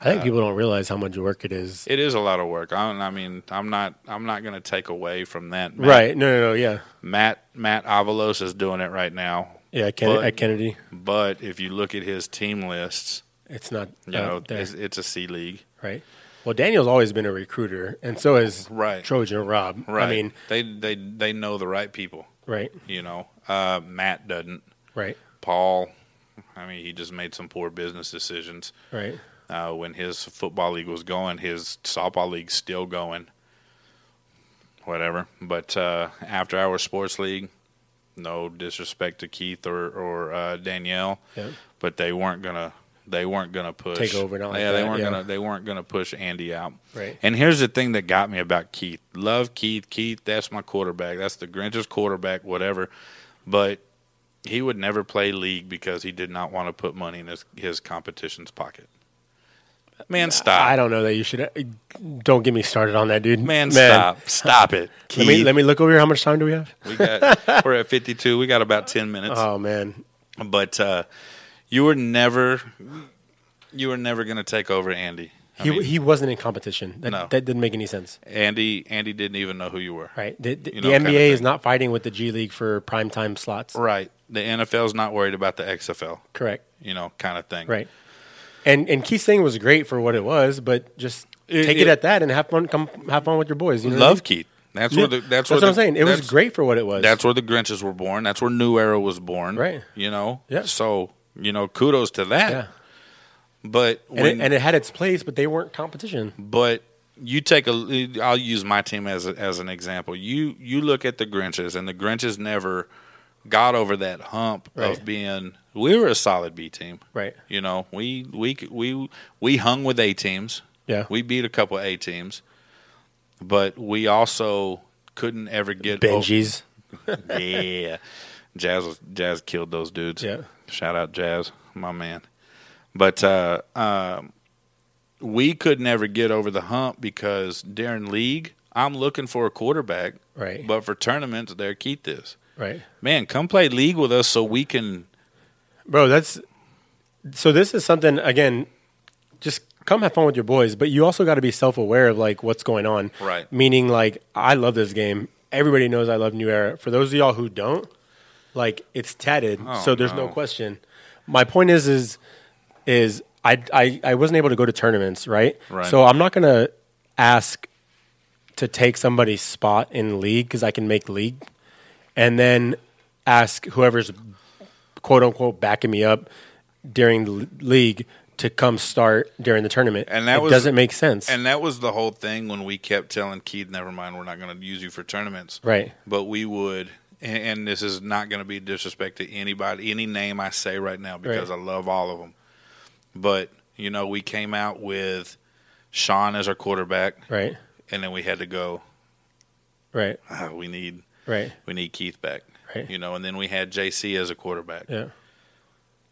S2: I
S1: Uh,
S2: think people don't realize how much work it is.
S1: It is a lot of work. I, don't- I mean, I'm not I'm not going to take away from that. Matt,
S2: right. No, no, no. Yeah.
S1: Matt Matt Avalos is doing it right now,
S2: Yeah. Ken-
S1: But-
S2: at Kennedy,
S1: but if you look at his team lists,
S2: it's not,
S1: you
S2: uh,
S1: know,
S2: there,
S1: it's, it's a C league.
S2: right. Well, Daniel's always been a recruiter, and so has
S1: Right.
S2: Trojan Rob.
S1: Right.
S2: I mean,
S1: they they they know the right people.
S2: right,
S1: You know, uh, Matt doesn't.
S2: right,
S1: Paul, I mean, he just made some poor business decisions.
S2: right,
S1: Uh, when his football league was going, his softball league's still going. Whatever. But uh, after our sports league, no disrespect to Keith or or uh, Danielle,
S2: Yeah.
S1: but they weren't gonna they weren't gonna push
S2: Take over, not like
S1: yeah, they
S2: that,
S1: weren't
S2: yeah.
S1: gonna they weren't gonna push Andy out.
S2: Right.
S1: And here's the thing that got me about Keith. Love Keith. Keith, that's my quarterback. That's the Grinch's quarterback. Whatever. But he would never play league because he did not want to put money in his, his competition's pocket. Man, stop.
S2: I don't know that you should. uh, Don't get me started on that, dude.
S1: Man, stop. Stop it.
S2: Let me let me look over here. How much time do we have?
S1: we got, we're at 52. We got about 10 minutes.
S2: Oh man,
S1: but uh, you were never you were never going to take over Andy. I
S2: he
S1: mean,
S2: he wasn't in competition. That,
S1: No.
S2: that didn't make any sense.
S1: Andy Andy didn't even know who you were.
S2: Right. The, the,
S1: You
S2: the
S1: know,
S2: NBA
S1: kinda
S2: is
S1: thing.
S2: not fighting with the G League for prime time slots.
S1: Right. The NFL's not worried about the XFL,
S2: Correct.
S1: you know, kind of thing.
S2: Right. And and Keith's thing was great for what it was, but just
S1: It-
S2: take it,
S1: it-
S2: at that and have fun. Come have fun with your boys. You know what I
S1: Love
S2: mean?
S1: Keith. That's
S2: Yeah,
S1: where the that's, where
S2: what
S1: the,
S2: I'm saying. It was
S1: that's-
S2: great for what it was.
S1: That's where the Grinches were born. That's where New Era was born.
S2: Right.
S1: You know.
S2: Yeah.
S1: So you know, kudos to that.
S2: yeah.
S1: But
S2: And,
S1: when
S2: it, and it had its place, but they weren't competition.
S1: but you take a I'll use my team as a, as an example. You you look at the Grinches and the Grinches never got over that hump
S2: Right.
S1: of being we were a solid B team.
S2: Right.
S1: You know, we we we we hung with A teams.
S2: Yeah.
S1: We beat a couple A teams. But we also couldn't ever get over-
S2: Benji's.
S1: yeah. Jazz was, Jazz killed those dudes.
S2: Yeah.
S1: Shout out Jazz, my man. But uh, um, we could never get over the hump because during league, I'm looking for a quarterback.
S2: Right.
S1: But for tournaments, there Keith is.
S2: Right.
S1: Man, come play league with us so we can.
S2: Bro, that's so this is something again, just come have fun with your boys, but you also got to be self aware of like what's going on.
S3: Right.
S2: Meaning, like I love this game. Everybody knows I love New Era. For those of y'all who don't, like it's tatted, so there's no.
S1: Oh, no.
S2: question. My point is, is, is I, I I wasn't able to go to tournaments, right?
S1: Right.
S2: So I'm not gonna ask to take somebody's spot in league because I can make league, and then ask whoever's quote unquote backing me up during the l- league to come start during the tournament.
S1: And that
S2: it
S1: was-
S2: doesn't make sense.
S1: And that was the whole thing when we kept telling Keith, never mind, we're not going to use you for tournaments.
S2: Right.
S1: But we would, and, and this is not going to be disrespect to anybody, any name I say right now, because
S2: Right.
S1: I love all of them. But, you know, we came out with Sean as our quarterback,
S2: right.
S1: and then we had to go,
S2: Right.
S1: ah, we need
S2: Right.
S1: we need Keith back.
S2: Right.
S1: You know, and then we had JC as a quarterback.
S2: Yeah.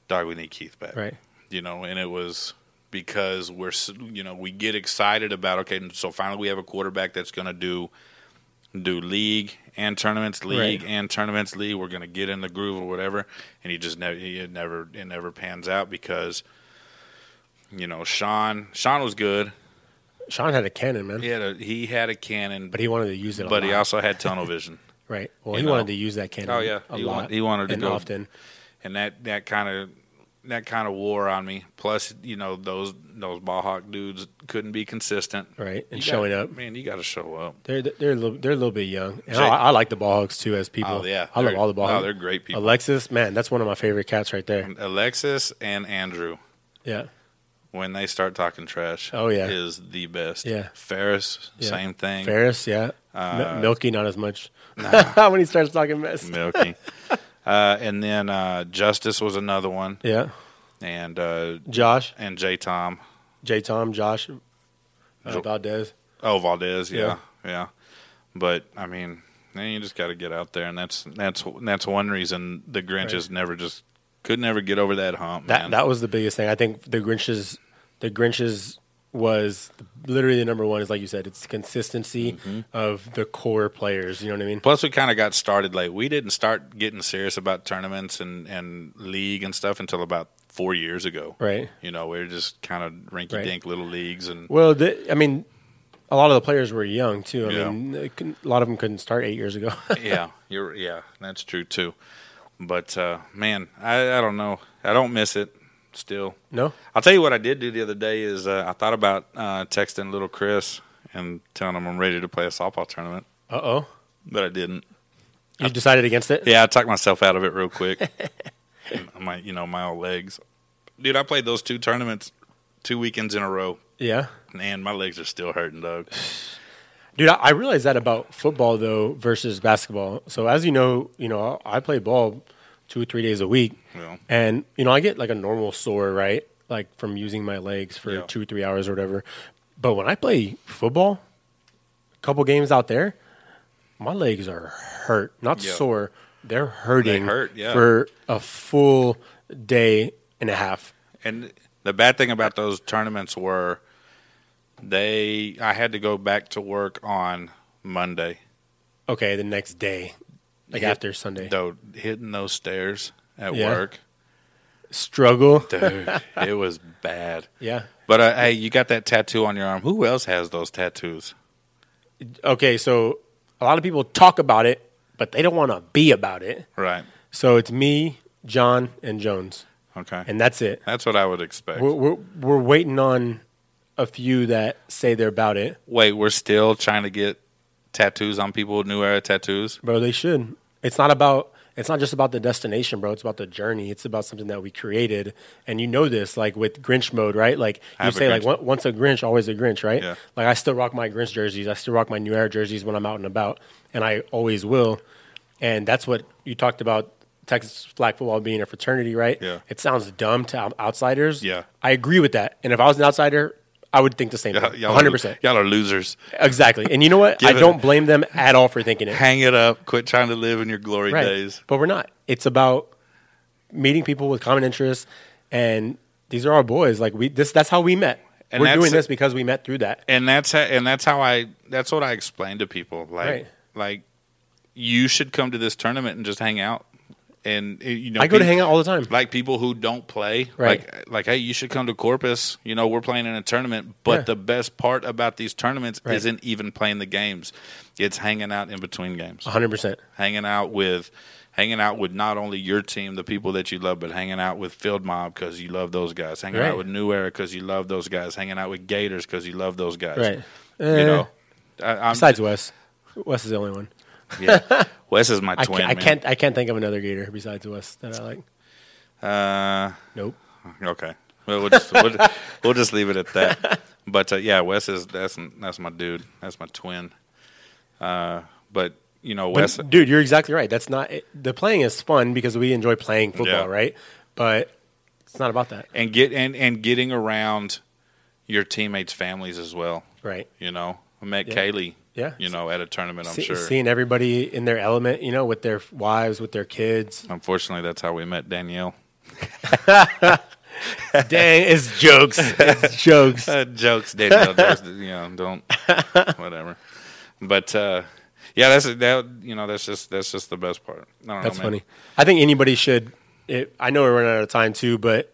S1: Dog, we need Keith back.
S2: Right.
S1: you know, and it was because we're s- you know we get excited about okay, so finally we have a quarterback that's going to do do league and tournaments, league
S2: Right.
S1: and tournaments, league. We're going to get in the groove or whatever, and he just never it never it never pans out because you know Sean Sean was good.
S2: Sean had a cannon, man,
S1: He had a he had a cannon,
S2: but
S1: but he,
S2: he wanted to use it. A
S1: but
S2: lot.
S1: he also had tunnel vision.
S2: right. Well,
S1: you
S2: he
S1: know.
S2: wanted to use that cannon.
S1: Oh, yeah.
S2: a
S1: He wa-
S2: lot.
S1: he wanted to
S2: and
S1: go-
S2: often.
S1: and that that kind of that kind of wore on me. Plus, you know those those ball hawk dudes couldn't be consistent.
S2: Right, and
S1: You
S2: showing
S1: gotta-
S2: up.
S1: man, you got to show up.
S2: They're they're a little, they're a little bit young. And
S1: Jay-
S2: I, I like the ball hogs too as people.
S1: Oh, yeah.
S2: I love
S1: They're-
S2: all the ball.
S1: no,
S2: hogs.
S1: they're great people.
S2: Alexis, man, that's one of my favorite cats right there.
S1: Alexis and Andrew,
S2: Yeah,
S1: when they start talking trash,
S2: Oh, yeah.
S1: is the best.
S2: Yeah.
S1: Ferris,
S2: Yeah.
S1: same thing.
S2: Ferris, yeah,
S1: Uh,
S2: M- Milky, not as much. when he starts talking mess,
S1: Milky. uh, and then uh, Justice was another one,
S2: yeah.
S1: and uh,
S2: Josh,
S1: and J Tom.
S2: J. Tom, Josh, uh,
S1: Jo-
S2: Valdez.
S1: Oh, Valdez, yeah,
S2: Yeah.
S1: yeah. But I mean, man, you just got to get out there, and that's that's that's one reason the Grinch is never just could never get over that hump.
S2: That
S1: man.
S2: that was the biggest thing. I think the Grinch's the Grinch's was literally the number one. Is like you said, it's consistency of the core players. You know what I mean?
S1: Plus, we kind of got started late. We didn't start getting serious about tournaments and, and league and stuff until about four years ago.
S2: Right.
S1: You know, we were just kind of rinky dink little leagues. And
S2: Well, the, I mean, a lot of the players were young too. I
S1: Yeah.
S2: mean, it couldn't- a lot of them couldn't start eight years ago.
S1: yeah, you're, yeah, that's true too. But uh, man, I, I don't know. I don't miss it still.
S2: no,
S1: I'll tell you what I did do the other day is uh, I thought about uh, texting little Chris and telling him I'm ready to play a softball tournament,
S2: uh oh,
S1: but I didn't.
S2: you decided against it.
S1: Yeah, I talked myself out of it real quick. my, you know, my old legs. Dude, I played those two tournaments two weekends in a row,
S2: Yeah.
S1: and my legs are still hurting, Doug.
S2: Dude, I, I realized that about football though versus basketball. So as you know, you know I I play ball two or three days a week,
S1: Yeah.
S2: and you know I get like a normal sore, right? Like from using my legs for
S1: Yeah.
S2: two or three hours or whatever. But when I play football, a couple games out there, my legs are hurt, not
S1: Yeah.
S2: sore. They're hurting.
S1: hurt, yeah.
S2: for a full day and a half.
S1: And the bad thing about those tournaments were they, I had to go back to work on Monday.
S2: Okay, the next day, like
S1: Hit-
S2: after Sunday,
S1: Though hitting those stairs at
S2: Yeah.
S1: work,
S2: struggle.
S1: dude, it was bad.
S2: Yeah.
S1: But uh, hey, you got that tattoo on your arm. Who else has those tattoos?
S2: okay, so a lot of people talk about it, but they don't want to be about it.
S1: Right.
S2: So it's me, John, and Jones,
S1: Okay.
S2: and that's it.
S1: that's what I would expect.
S2: We're, we're, we're waiting on a few that say they're about it,
S1: Wait, we're still trying to get tattoos on people with new era tattoos?
S2: bro. They should. It's not about. It's not just about the destination, bro. It's about the journey. It's about something that we created, and you know this, like with Grinch mode, right? Like
S1: I
S2: you
S1: have a
S2: say, like
S1: Grinch.
S2: on- once a Grinch, always a Grinch, right?
S1: Yeah.
S2: Like I still rock my Grinch jerseys. I still rock my New Era jerseys when I'm out and about, and I always will. And that's what you talked about Texas flag football being a fraternity, right?
S1: Yeah.
S2: It sounds dumb to out- outsiders.
S1: Yeah.
S2: I agree with that. And if I was an outsider, I would think the same thing.
S1: Y'all
S2: 100%.
S1: Are, y'all are losers.
S2: Exactly. And you know what? I
S1: Give it-
S2: don't blame them at all for thinking it.
S1: Hang it up. Quit trying to live in your glory
S2: Right.
S1: days.
S2: But we're not. It's about meeting people with common interests and these are our boys. Like we this that's how we met.
S1: And
S2: we're
S1: that's
S2: doing
S1: it.
S2: this because we met through that.
S1: And that's how, and that's how I that's what I explain to people. Like
S2: Right.
S1: like you should come to this tournament and just hang out. and eh, you know,
S2: I go to
S1: peop-
S2: hang out all the time.
S1: like people who don't play
S2: Right.
S1: like like hey you should come to corpus you know we're playing in a tournament but
S2: Yeah.
S1: the best part about these tournaments
S2: Right.
S1: isn't even playing the games it's hanging out in between games
S2: 100%.
S1: hanging out with hanging out with not only your team the people that you love but hanging out with field mob because you love those guys hanging
S2: Right.
S1: out with new era because you love those guys hanging out with gators because you love those guys
S2: Right.
S1: you
S2: Eh.
S1: know I, I'm,
S2: Besides Wes. Wes is the only one.
S1: yeah. Wes is my
S2: I
S1: twin.
S2: can't, I
S1: man.
S2: can't I can't think of another gator besides Wes that I like.
S1: Uh,
S2: Nope.
S1: Okay. Well, we'll just we'll, we'll just leave it at that. But uh, yeah, Wes is that's that's my dude. That's my twin. Uh, but you know, Wes.
S2: But, dude, you're exactly right. That's not it, the playing is fun because we enjoy playing football,
S1: Yeah.
S2: right? But it's not about that,
S1: and get and and getting around your teammates' families as well.
S2: right?
S1: You know, I met
S2: Yeah.
S1: Kaylee.
S2: Yeah.
S1: You know, at a tournament, I'm
S2: See-
S1: sure.
S2: Seeing everybody in their element, you know, with their wives, with their kids.
S1: Unfortunately, that's how we met Danielle.
S2: Dang, it's jokes. It's jokes.
S1: Uh, jokes, Danielle. jokes, you know, don't whatever. But uh, yeah, that's that. You know, that's just that's just the best part. I don't
S2: That's
S1: know, man.
S2: funny. I think anybody should. It, I know we're running out of time too, but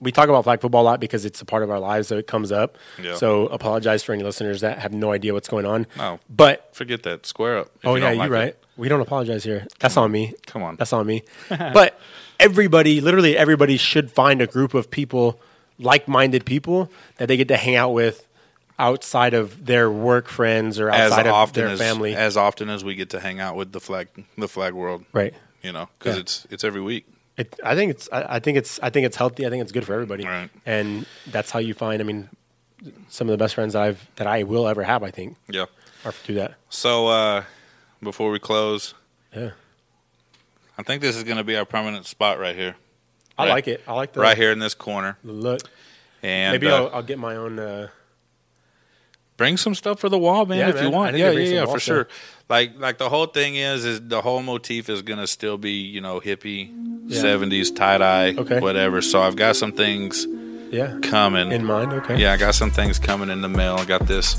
S2: we talk about flag football a lot because it's a part of our lives, so it comes up.
S1: Yeah.
S2: So apologize for any listeners that have no idea what's going on.
S1: No.
S2: But
S1: Forget that. Square up. if
S2: Oh
S1: you
S2: yeah,
S1: don't
S2: you're
S1: like it.
S2: right. We don't apologize here. That's on me.
S1: Come on.
S2: That's on me. but everybody, literally everybody should find a group of people, like-minded people that they get to hang out with outside of their work friends or
S1: as
S2: outside of
S1: often
S2: their
S1: as
S2: family.
S1: as often as we get to hang out with the flag the flag world,
S2: right.
S1: You know, because
S2: Yeah.
S1: it's it's every week.
S2: It, I think it's I, I think it's I think it's healthy. I think it's good for everybody.
S1: Right.
S2: And that's how you find I mean some of the best friends that I've that I will ever have, I think,
S1: Yeah.
S2: are through that.
S1: So uh, before we close,
S2: Yeah.
S1: I think this is going to be our permanent spot right here,
S2: I
S1: Right.
S2: like it. I like the
S1: right here in this corner,
S2: the look.
S1: and
S2: Maybe
S1: uh,
S2: I'll, I'll get my own uh,
S1: bring some stuff for the wall, man,
S2: Yeah,
S1: if you
S2: man. I
S1: want.
S2: need to
S1: Yeah,
S2: bring
S1: yeah,
S2: some
S1: yeah,
S2: wall
S1: for sure. Like like the whole thing is is the whole motif is going to still be you know hippie, seventies tie dye,
S2: Okay.
S1: whatever. So I've got some things
S2: yeah.
S1: coming
S2: in mind. Okay.
S1: Yeah, I got some things coming in the mail. I got this,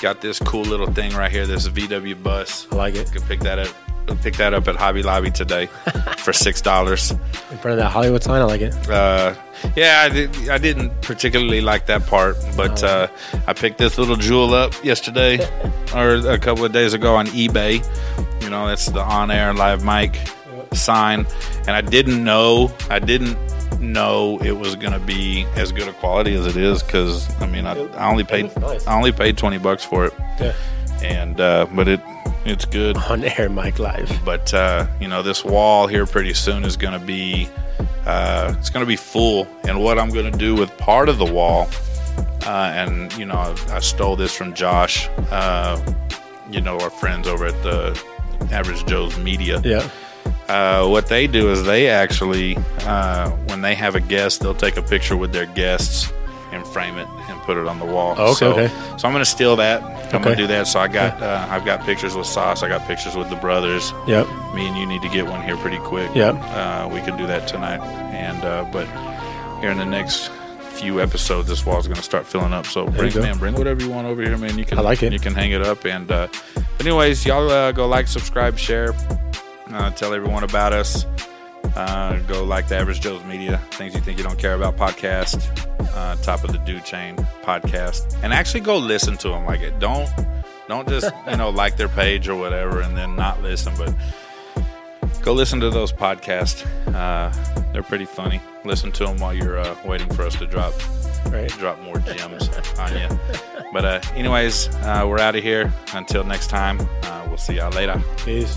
S1: got this cool little thing right here. This VW bus.
S2: I like it.
S1: You can pick that up. Pick that up at Hobby Lobby today for six dollars.
S2: In front of that Hollywood sign, I like it.
S1: Uh, yeah, I, did, I didn't particularly like that part, but
S2: Oh.
S1: uh, I picked this little jewel up yesterday or a couple of days ago on eBay. You know, that's the on air live mic sign. And I didn't know, I didn't know it was going to be as good a quality as it is because, I mean, I, I only paid,
S2: It looks nice.
S1: I only paid 20 bucks for it.
S2: Yeah.
S1: And, uh, but it, it's good
S2: On air mic live.
S1: but uh, you know this wall here pretty soon is going to be uh, it's going to be full and what i'm going to do with part of the wall uh, and you know I, I stole this from josh uh, you know our friends over at the average joe's media
S2: Yeah.
S1: uh, what they do is they actually uh, when they have a guest they'll take a picture with their guests and frame it and put it on the wall.
S2: Oh, Okay,
S1: so,
S2: okay.
S1: so I'm gonna steal that. I'm
S2: Okay.
S1: gonna do that. So I got uh, I've got pictures with Sauce. I got pictures with the brothers
S2: Yep.
S1: me and you need to get one here pretty quick.
S2: Yep.
S1: Uh, we could do that tonight. And uh, but here in the next few episodes, this wall's going to start filling up. So
S2: you
S1: bring
S2: go.
S1: man, bring whatever you want over here, man. You can
S2: I like it.
S1: You can hang it up. And uh, anyways, y'all uh, go like, subscribe, share, uh, tell everyone about us. Uh, go like the Average Joe's Media, Things You Think You Don't Care About podcast, uh, Top of the Do Chain podcast, and actually go listen to them. Like it, don't don't just you know like their page or whatever and then not listen, but go listen to those podcasts. Uh, they're pretty funny. Listen to them while you're uh, waiting for us to drop
S2: Right.
S1: drop more gems on you. But uh, anyways, uh, we're out of here. Until next time, uh, we'll see y'all later.
S2: Peace.